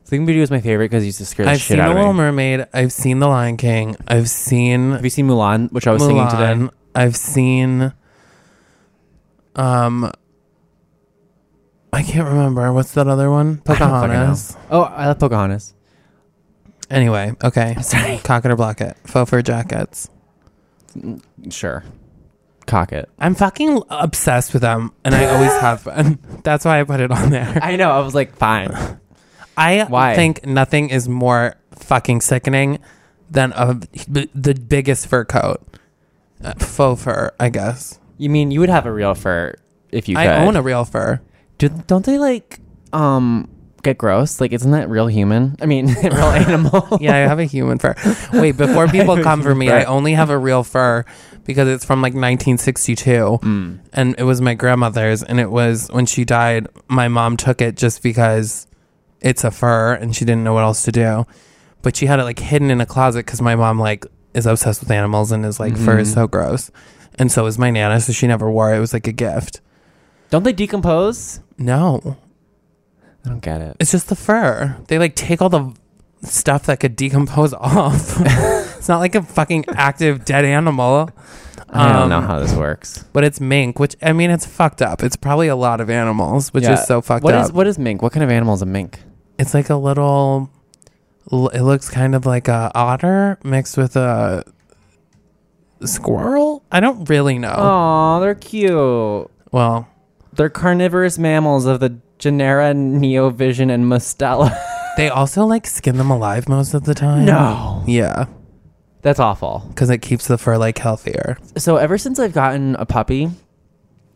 Speaker 11: Sleeping Beauty was my favorite because it used to scare the
Speaker 10: I've
Speaker 11: shit
Speaker 10: seen The
Speaker 11: out of me.
Speaker 10: Little Mermaid. I've seen The Lion King. I've seen
Speaker 11: Have you seen Mulan, which I was
Speaker 10: Mulan.
Speaker 11: singing today?
Speaker 10: I've seen. Um, I can't remember what's that other one.
Speaker 11: I don't fucking
Speaker 10: Pocahontas.
Speaker 11: know. Oh, I love Pocahontas.
Speaker 10: Anyway, okay.
Speaker 11: Sorry.
Speaker 10: Cock it or block it. Faux fur jackets.
Speaker 11: Sure. Cock it.
Speaker 10: I'm fucking obsessed with them, and I always have been. That's why I put it on there.
Speaker 11: I know. I was like, fine.
Speaker 10: I
Speaker 11: Why?
Speaker 10: think nothing is more fucking sickening than a, the biggest fur coat. Uh, faux fur, I guess.
Speaker 11: You mean you would have a real fur if you could?
Speaker 10: I own a real fur.
Speaker 11: Do, don't they like um get gross? Like, isn't that real human? I mean, real animal.
Speaker 10: Yeah, I have a human fur. Wait, before people come for me, I
Speaker 11: fur.
Speaker 10: only have a real fur because it's from like 1962 and it was my grandmother's and it was when she died, my mom took it just because it's a fur and she didn't know what else to do. But she had it like hidden in a closet cuz my mom like is obsessed with animals and is like fur is so gross. And so is my nana, so she never wore it. It was like a gift.
Speaker 11: Don't they decompose?
Speaker 10: No.
Speaker 11: I don't get it.
Speaker 10: It's just the fur. They like take all the stuff that could decompose off. it's not like a fucking active dead animal.
Speaker 11: I don't know
Speaker 10: Um,
Speaker 11: how this works.
Speaker 10: But it's mink, which I mean, it's fucked up. It's probably a lot of animals, which is so fucked
Speaker 11: What
Speaker 10: up.
Speaker 11: is- what is mink? What kind of animal is a mink?
Speaker 10: it's like a little. l- It looks kind of like a otter mixed with a squirrel. I don't really know.
Speaker 11: Oh, they're cute.
Speaker 10: Well,
Speaker 11: They're carnivorous mammals of the genera Neovision and Mustela.
Speaker 10: they also like skin them alive most of the time.
Speaker 11: No.
Speaker 10: Yeah,
Speaker 11: That's awful.
Speaker 10: because it keeps the fur like healthier.
Speaker 11: So ever since I've gotten a puppy,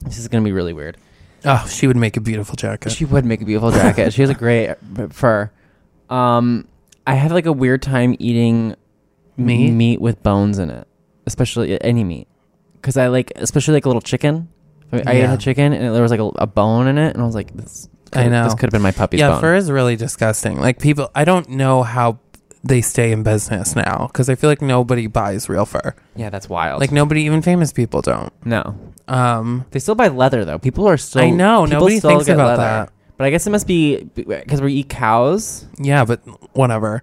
Speaker 11: this is gonna be really weird.
Speaker 10: Oh, she would make a beautiful jacket.
Speaker 11: She would make a beautiful jacket. she has a great b- fur. Um, I have like a weird time eating
Speaker 10: Meat?
Speaker 11: meat with bones in it, especially uh, any meat, because I like especially like a little chicken. I, mean, I ate
Speaker 10: Yeah.
Speaker 11: a chicken and there was like a, a bone in it, and I was like, this.
Speaker 10: I know.
Speaker 11: this could have been my puppy's
Speaker 10: yeah,
Speaker 11: bone.
Speaker 10: fur is really disgusting. Like people, I don't know how they stay in business now because I feel like nobody buys real fur.
Speaker 11: yeah, that's wild.
Speaker 10: Like nobody, even famous people, don't.
Speaker 11: no,
Speaker 10: Um,
Speaker 11: they still buy leather though. People are still.
Speaker 10: I know,
Speaker 11: people
Speaker 10: nobody
Speaker 11: still
Speaker 10: thinks
Speaker 11: get
Speaker 10: about
Speaker 11: leather.
Speaker 10: that.
Speaker 11: But I guess it must be because we eat cows.
Speaker 10: yeah, but whatever.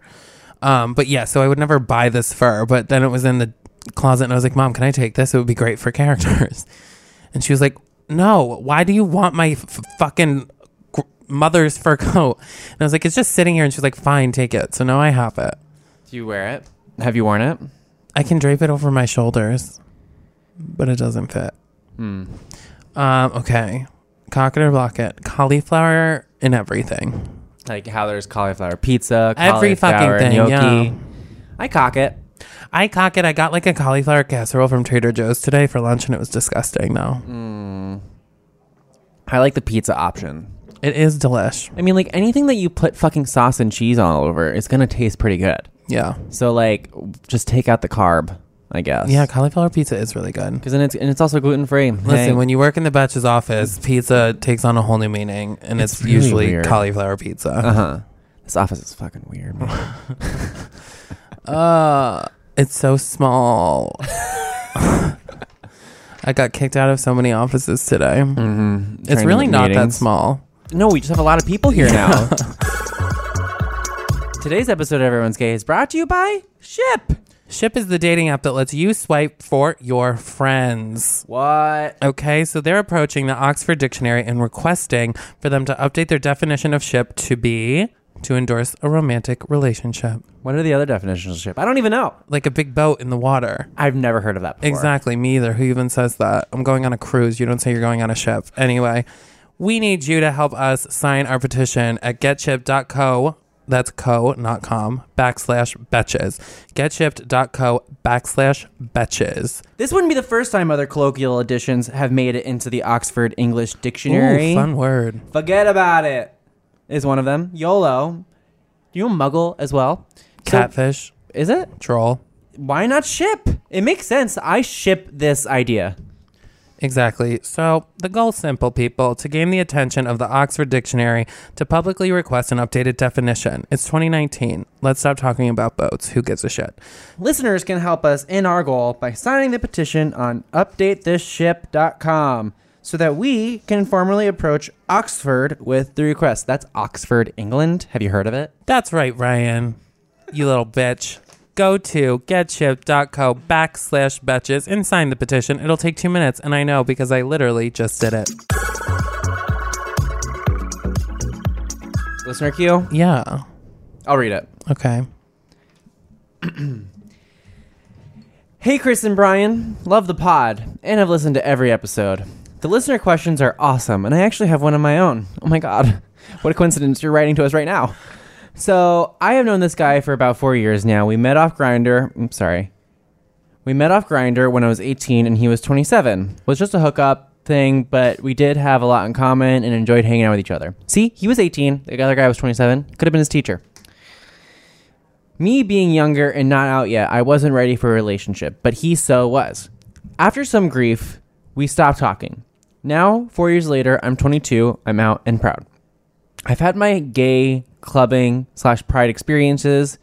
Speaker 10: Um, but yeah, so I would never buy this fur. But then it was in the closet, and I was like, "Mom, can I take this? It would be great for characters." And she was like, "No, why do you want my f- fucking gr- mother's fur coat?" And I was like, "It's just sitting here." And she's like, "Fine, take it." So now I have it.
Speaker 11: Do you wear it? Have you worn it?
Speaker 10: I can drape it over my shoulders, but it doesn't fit. Um, okay. Cock it or block it. Cauliflower in everything.
Speaker 11: like how there's cauliflower pizza,
Speaker 10: Every
Speaker 11: cauliflower
Speaker 10: fucking thing,
Speaker 11: gnocchi.
Speaker 10: yeah.
Speaker 11: I cock it.
Speaker 10: I cock it. I got like a cauliflower casserole from Trader Joe's today for lunch, and it was disgusting, though.
Speaker 11: I like the pizza option.
Speaker 10: It is delish.
Speaker 11: I mean, like anything that you put fucking sauce and cheese all over, it's gonna taste pretty good.
Speaker 10: Yeah.
Speaker 11: So like, just take out the carb. I guess.
Speaker 10: Yeah, cauliflower pizza is really good.
Speaker 11: because then it's and it's also gluten free.
Speaker 10: Listen, when you work in the batch's office, pizza takes on a whole new meaning, and it's,
Speaker 11: It's really
Speaker 10: usually
Speaker 11: weird.
Speaker 10: cauliflower pizza.
Speaker 11: uh huh, this office is fucking weird. Man.
Speaker 10: Uh, it's so small. I got kicked out of so many offices today. Mm-hmm. It's
Speaker 11: Trying
Speaker 10: really
Speaker 11: to
Speaker 10: not that
Speaker 11: meetings.
Speaker 10: small.
Speaker 11: no, we just have a lot of people here now. Today's episode of Everyone's Gay is brought to you by Ship.
Speaker 10: Ship is the dating app that lets you swipe for your friends.
Speaker 11: What?
Speaker 10: Okay, so they're approaching the Oxford Dictionary and requesting for them to update their definition of ship to be to endorse a romantic relationship,
Speaker 11: What are the other definitions of ship? I don't even know.
Speaker 10: like a big boat in the water.
Speaker 11: I've never heard of that before.
Speaker 10: Exactly. Me either. Who even says that? I'm going on a cruise. You don't say you're going on a ship. Anyway, we need you to help us sign our petition at getship.co. That's co, not com, backslash betches. Getshipped.co backslash betches.
Speaker 11: This wouldn't be the first time other colloquial editions have made it into the Oxford English Dictionary.
Speaker 10: Ooh, fun word.
Speaker 11: Forget about it is one of them. YOLO. Do you know muggle as well? So-
Speaker 10: Catfish,
Speaker 11: is it?
Speaker 10: troll.
Speaker 11: Why not ship? It makes sense. I ship this idea.
Speaker 10: Exactly. So, the goal's simple, people to gain the attention of the Oxford Dictionary to publicly request an updated definition. It's 2019. Let's stop talking about boats. Who gives a shit?
Speaker 11: Listeners can help us in our goal by signing the petition on updatethisship.com so that we can formally approach Oxford with the request. That's Oxford, England. Have you heard of it?
Speaker 10: That's right, Ryan. You little bitch. Go to getship.co backslash betches and sign the petition. It'll take two minutes, and I know because I literally just did it.
Speaker 11: Listener Q,
Speaker 10: Yeah.
Speaker 11: I'll read it.
Speaker 10: Okay.
Speaker 11: Hey, Chris and Brian. Love the pod and have listened to every episode. The listener questions are awesome, and I actually have one of my own. Oh my God. What a coincidence you're writing to us right now. So, I have known this guy for about four years now. We met off Grinder. I'm sorry. We met off Grinder when I was 18 and he was 27. Was just a hookup thing, but we did have a lot in common and enjoyed hanging out with each other. See, he was 18. The other guy was 27. Could have been his teacher. Me being younger and not out yet, I wasn't ready for a relationship, but he so was. After some grief, we stopped talking. Now, four years later, I'm 22, I'm out and proud. I've had my gay clubbing slash pride experiences,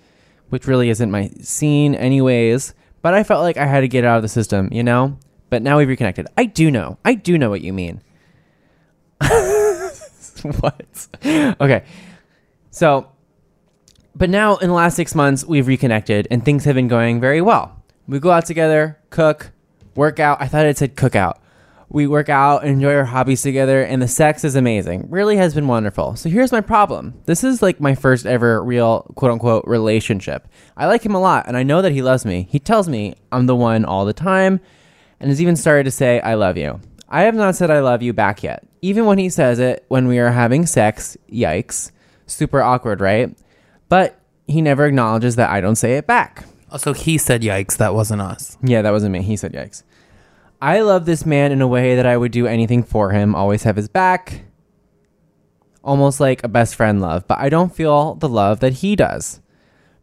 Speaker 11: which really isn't my scene, anyways, but I felt like I had to get out of the system, you know? But now we've reconnected. I do know. I do know what you mean. what? Okay. So but now, in the last six months, we've reconnected and things have been going very well. We go out together, cook, work out. I thought it said cook out. We work out, enjoy our hobbies together, and the sex is amazing. Really has been wonderful. So here's my problem this is like my first ever real quote unquote relationship. I like him a lot and I know that he loves me. He tells me I'm the one all the time and has even started to say, I love you. I have not said I love you back yet. Even when he says it when we are having sex, yikes. Super awkward, right? But he never acknowledges that I don't say it back.
Speaker 10: Also, he said, yikes, that wasn't us.
Speaker 11: Yeah, that wasn't me. He said, yikes. I love this man in a way that I would do anything for him, always have his back, almost like a best friend love, but I don't feel the love that he does.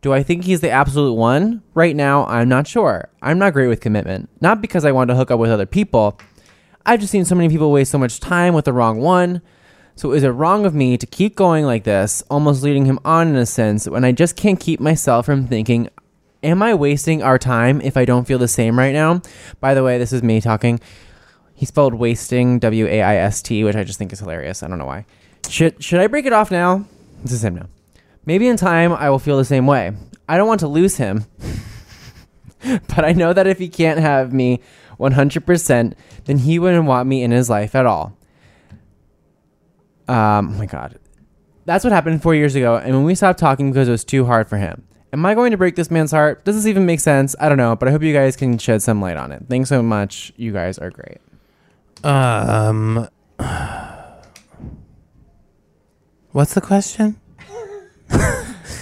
Speaker 11: Do I think he's the absolute one? Right now, I'm not sure. I'm not great with commitment. Not because I want to hook up with other people. I've just seen so many people waste so much time with the wrong one. So is it wrong of me to keep going like this, almost leading him on in a sense, when I just can't keep myself from thinking, am I wasting our time if I don't feel the same right now? By the way, this is me talking. He spelled wasting W A I S T, which I just think is hilarious. I don't know why. Should should I break it off now? This is him now. Maybe in time I will feel the same way. I don't want to lose him. but I know that if he can't have me 100%, then he wouldn't want me in his life at all. Um, oh my god. That's what happened four years ago, and when we stopped talking because it was too hard for him. Am I going to break this man's heart? Does this even make sense? I don't know, but I hope you guys can shed some light on it. Thanks so much. You guys are great.
Speaker 10: Um, what's the question?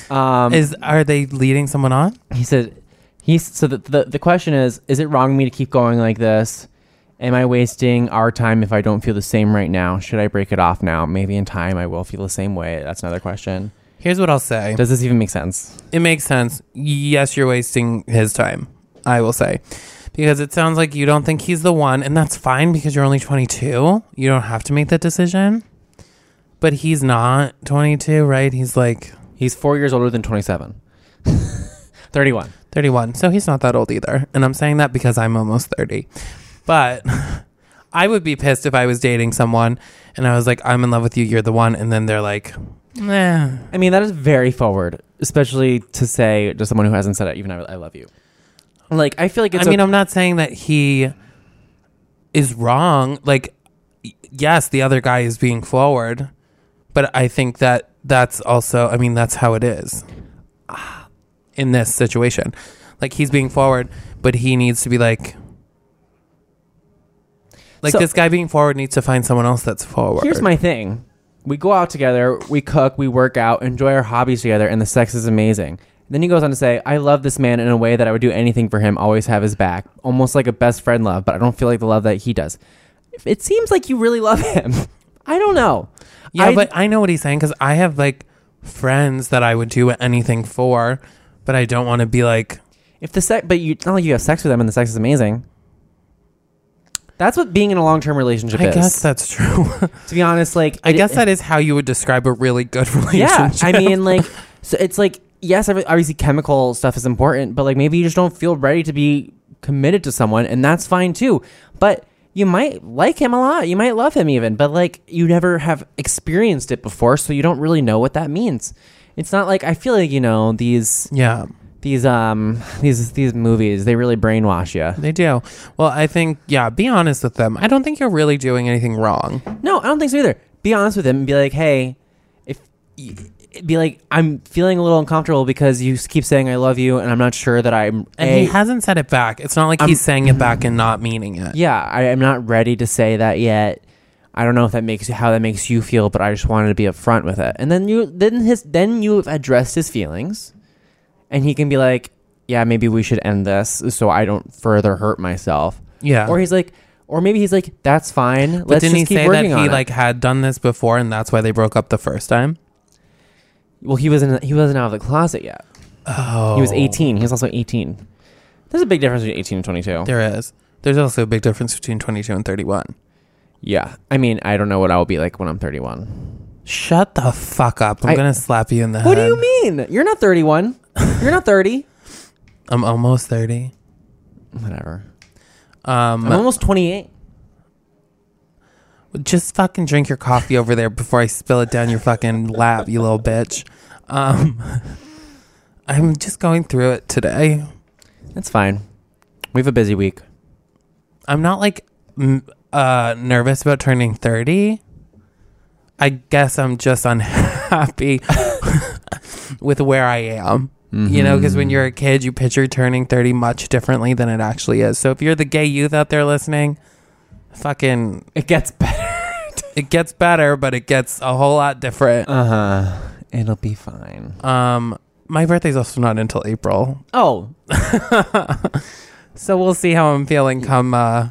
Speaker 11: Um,
Speaker 10: Is are they leading someone on?
Speaker 11: he said, he's so the, the the question is, is it wrong of me to keep going like this? Am I wasting our time if I don't feel the same right now? Should I break it off now? Maybe in time I will feel the same way. That's another question.
Speaker 10: Here's what I'll say.
Speaker 11: Does this even make sense?
Speaker 10: It makes sense. Yes, you're wasting his time. I will say. Because it sounds like you don't think he's the one, and that's fine because you're only 22. You don't have to make that decision. But he's not 22, right? He's like
Speaker 11: He's four years older than 27. 31.
Speaker 10: 31. So he's not that old either. And I'm saying that because I'm almost 30. But I would be pissed if I was dating someone and I was like, I'm in love with you, you're the one. And then they're like, nah.
Speaker 11: I mean, that is very forward, especially to say to someone who hasn't said it, even I, I love you. Like, I feel like it's.
Speaker 10: I mean,
Speaker 11: okay-
Speaker 10: I'm not saying that he is wrong. Like, y- yes, the other guy is being forward, but I think that that's also, I mean, that's how it is in this situation. Like, he's being forward, but he needs to be like, like
Speaker 11: So-
Speaker 10: this guy being forward needs to find someone else that's forward.
Speaker 11: Here's my thing. We go out together, we cook, we work out, enjoy our hobbies together, and the sex is amazing. Then he goes on to say, I love this man in a way that I would do anything for him, always have his back, almost like a best friend love, but I don't feel like the love that he does. It seems like you really love him. I don't know.
Speaker 10: Yeah,
Speaker 11: I-
Speaker 10: but I know what he's saying because I have like friends that I would do anything for, but I don't want to be like,
Speaker 11: If the sex, but you, it's not like you have sex with them and the sex is amazing. That's what being in a long term relationship
Speaker 10: I
Speaker 11: is.
Speaker 10: guess that's true.
Speaker 11: to be honest, like
Speaker 10: I guess that is how you would describe a really good
Speaker 11: Yeah,
Speaker 10: relationship.
Speaker 11: I mean, like, so it's like yes, every- obviously chemical stuff is important, but like maybe you just don't feel ready to be committed to someone, and that's fine too. But you might like him a lot, you might love him even, but like you never have experienced it before, so you don't really know what that means. It's not like I feel like you know these
Speaker 10: yeah,
Speaker 11: these um these these movies they really brainwash you.
Speaker 10: they do. Well, I think yeah, be honest with them. I don't think you're really doing anything wrong.
Speaker 11: No, I don't think so either. Be honest with him and be like, hey, if y- be like, I'm feeling a little uncomfortable because you s- keep saying I love you, and I'm not sure that I'm.
Speaker 10: And
Speaker 11: A,
Speaker 10: he hasn't said it back. It's not like he's saying it back and not meaning it.
Speaker 11: yeah, I, I'm not ready to say that yet. I don't know if that makes how that makes you feel, but I just wanted to be upfront with it. And then you, then his, then you have addressed his feelings, and he can be like, yeah, maybe we should end this so I don't further hurt myself.
Speaker 10: Yeah.
Speaker 11: Or he's like, or maybe he's like, that's fine.
Speaker 10: but
Speaker 11: Let's
Speaker 10: didn't
Speaker 11: just
Speaker 10: he
Speaker 11: keep
Speaker 10: say that
Speaker 11: working
Speaker 10: he
Speaker 11: on it."
Speaker 10: like had done this before and that's why they broke up the first time?
Speaker 11: Well, he wasn't he wasn't out of the closet yet.
Speaker 10: Oh,
Speaker 11: He was 18. He was also 18. There's a big difference between 18 and 22.
Speaker 10: There is. There's also a big difference between 22 and 31.
Speaker 11: yeah. I mean, I don't know what I will be like when I'm 31.
Speaker 10: Shut the fuck up! I'm
Speaker 11: I-
Speaker 10: gonna slap you in the
Speaker 11: What
Speaker 10: head.
Speaker 11: do you mean? You're not 31. You're not 30.
Speaker 10: I'm almost 30.
Speaker 11: Whatever.
Speaker 10: Um,
Speaker 11: I'm almost 28.
Speaker 10: Just fucking drink your coffee over there before I spill it down your fucking lap, you little bitch. Um, I'm just going through it today.
Speaker 11: That's fine. We have a busy week.
Speaker 10: I'm not like m- uh, nervous about turning 30. I guess I'm just unhappy with where I am. You know,
Speaker 11: Mm-hmm.
Speaker 10: because when you're a kid, you picture turning 30 much differently than it actually is. So if you're the gay youth out there listening, fucking,
Speaker 11: It gets better.
Speaker 10: it gets better, but it gets a whole lot different.
Speaker 11: Uh huh. It'll be fine.
Speaker 10: Um, my birthday's also not until April,
Speaker 11: Oh,
Speaker 10: so we'll see how I'm feeling come. Uh,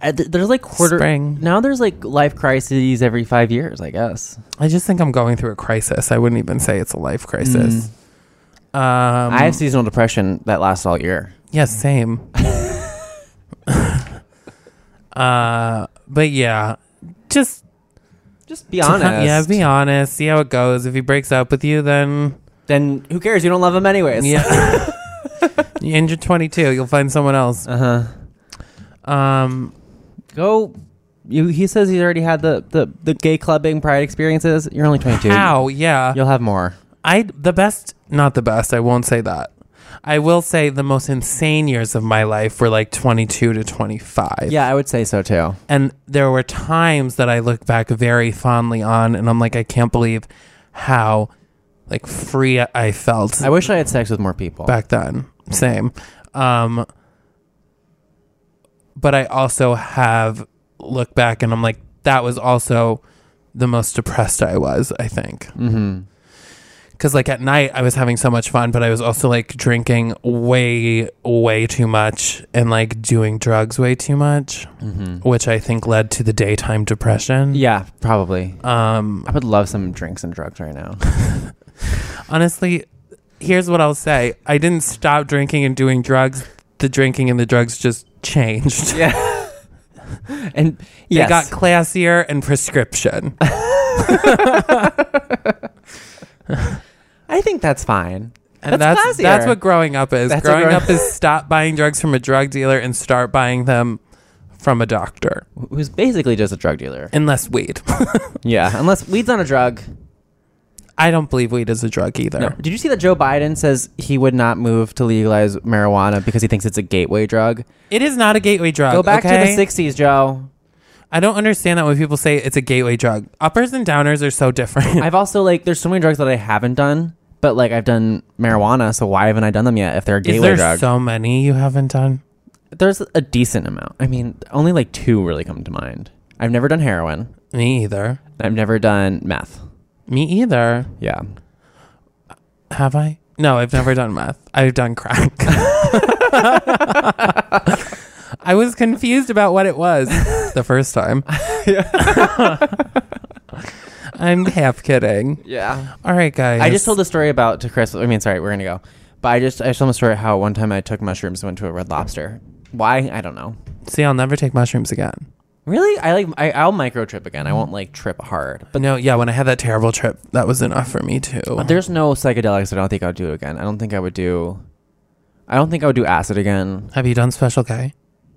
Speaker 11: uh, th- there's like quarter.
Speaker 10: Spring.
Speaker 11: Now there's like life crises every five years, I guess.
Speaker 10: I just think I'm going through a crisis. I wouldn't even say it's a life crisis. Um,
Speaker 11: Mm. I have seasonal depression that lasts all year.
Speaker 10: yeah, same. uh, but yeah, just
Speaker 11: Just be honest.
Speaker 10: yeah, be honest. See how it goes. If he breaks up with you, then
Speaker 11: Then who cares? You don't love him anyways.
Speaker 10: yeah, you're injured 22. You'll find someone else.
Speaker 11: Uh huh.
Speaker 10: Um,
Speaker 11: go you he says he's already had the the, the gay clubbing pride experiences you're only 22
Speaker 10: how? Yeah,
Speaker 11: you'll have more
Speaker 10: I the best, not the best. I won't say that. I will say the most insane years of my life were like 22 to 25.
Speaker 11: yeah i would say so too
Speaker 10: And there were times that I look back very fondly on and I'm like I can't believe how like free I felt
Speaker 11: i wish i had sex with more people
Speaker 10: back then. Same. Um but I also have looked back and I'm like that was also the most depressed I was, I think.
Speaker 11: mm-hmm.
Speaker 10: because like at night I was having so much fun, but I was also like drinking way, way too much and like doing drugs way too much, which I think led to the daytime depression.
Speaker 11: Mm-hmm. yeah probably
Speaker 10: Um.
Speaker 11: i would love some drinks and drugs right now
Speaker 10: Honestly, here's what I'll say. I didn't stop drinking and doing drugs. The drinking and the drugs just changed.
Speaker 11: Yeah. and
Speaker 10: They
Speaker 11: yes.
Speaker 10: got classier and prescription.
Speaker 11: I think that's fine.
Speaker 10: And
Speaker 11: That's
Speaker 10: that's
Speaker 11: classier.
Speaker 10: that's what growing up is.
Speaker 11: That's what
Speaker 10: growing
Speaker 11: grow-
Speaker 10: up is stop buying drugs from a drug dealer and start buying them from a doctor.
Speaker 11: Who's basically just a drug dealer.
Speaker 10: Unless weed.
Speaker 11: Yeah, unless weed's not a drug.
Speaker 10: I don't believe weed is a drug either.
Speaker 11: No. Did you see that Joe Biden says he would not move to legalize marijuana because he thinks it's a gateway drug?
Speaker 10: It is not a gateway drug.
Speaker 11: Go back
Speaker 10: okay?
Speaker 11: to the 60s, Joe.
Speaker 10: I don't understand that when people say it's a gateway drug. Uppers and downers are so different.
Speaker 11: I've also like there's so many drugs that I haven't done, but like I've done marijuana, so why haven't I done them yet if they're a
Speaker 10: is
Speaker 11: gateway
Speaker 10: there
Speaker 11: drug?
Speaker 10: so many you haven't done?
Speaker 11: there's a decent amount. I mean, only like two really come to mind. I've never done heroin.
Speaker 10: Me either.
Speaker 11: I've never done meth.
Speaker 10: Me either.
Speaker 11: Yeah.
Speaker 10: Have I? No, I've never done meth. I've done crack. I was confused about what it was the first time. I'm half kidding.
Speaker 11: Yeah.
Speaker 10: All right, guys.
Speaker 11: I just told a story about to Chris. I mean, sorry, we're gonna go. But I just I just told him a story how one time I took mushrooms and went to a Red Lobster. Why I don't know.
Speaker 10: See, I'll never take mushrooms again.
Speaker 11: Really, I like I, I'll micro trip again. I won't like trip hard.
Speaker 10: But no, yeah, when I had that terrible trip, that was enough for me too.
Speaker 11: There's no psychedelics. I don't think I'll do again. I don't think I would do. I don't think I would do acid again.
Speaker 10: Have you done Special K?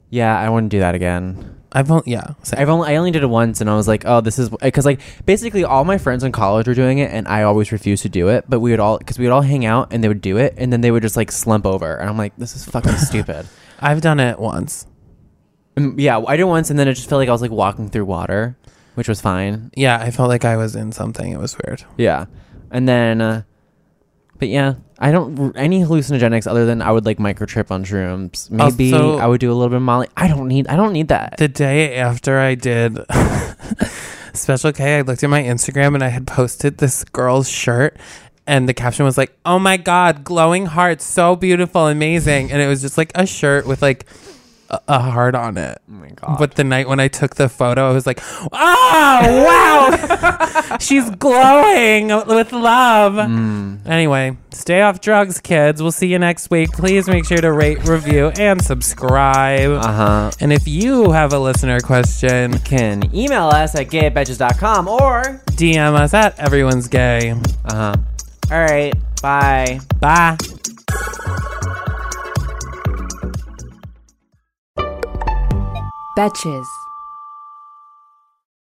Speaker 11: Yeah, I wouldn't do that again.
Speaker 10: I've only yeah. same.
Speaker 11: I've only I only did it once, and I was like, oh, this is because like basically all my friends in college were doing it, and I always refused to do it. But we would all because we would all hang out, and they would do it, and then they would just like slump over, and I'm like, this is fucking stupid.
Speaker 10: I've done it once.
Speaker 11: Um, yeah, I did once, and then it just felt like I was like walking through water, which was fine.
Speaker 10: Yeah, I felt like I was in something. It was weird.
Speaker 11: Yeah, and then, uh, but yeah, I don't r- any hallucinogenics other than I would like microtrip on shrooms. Maybe
Speaker 10: Also-
Speaker 11: I would do a little bit of Molly. I don't need. I don't need that.
Speaker 10: The day after I did Special K, I looked at my Instagram and I had posted this girl's shirt and the caption was like, "Oh my god, glowing heart, so beautiful, amazing." And it was just like a shirt with like a, a heart on it.
Speaker 11: oh my god!
Speaker 10: But the night when I took the photo, I was like, "Oh, wow. She's glowing with love."
Speaker 11: Mm.
Speaker 10: Anyway, stay off drugs, kids. We'll see you next week. Please make sure to rate, review, and subscribe.
Speaker 11: uh huh.
Speaker 10: And if you have a listener question,
Speaker 11: Can email us at gaybatches.com or
Speaker 10: DM us at Everyone's Gay.
Speaker 11: uh huh. All right. Bye.
Speaker 10: Bye.
Speaker 2: Betches.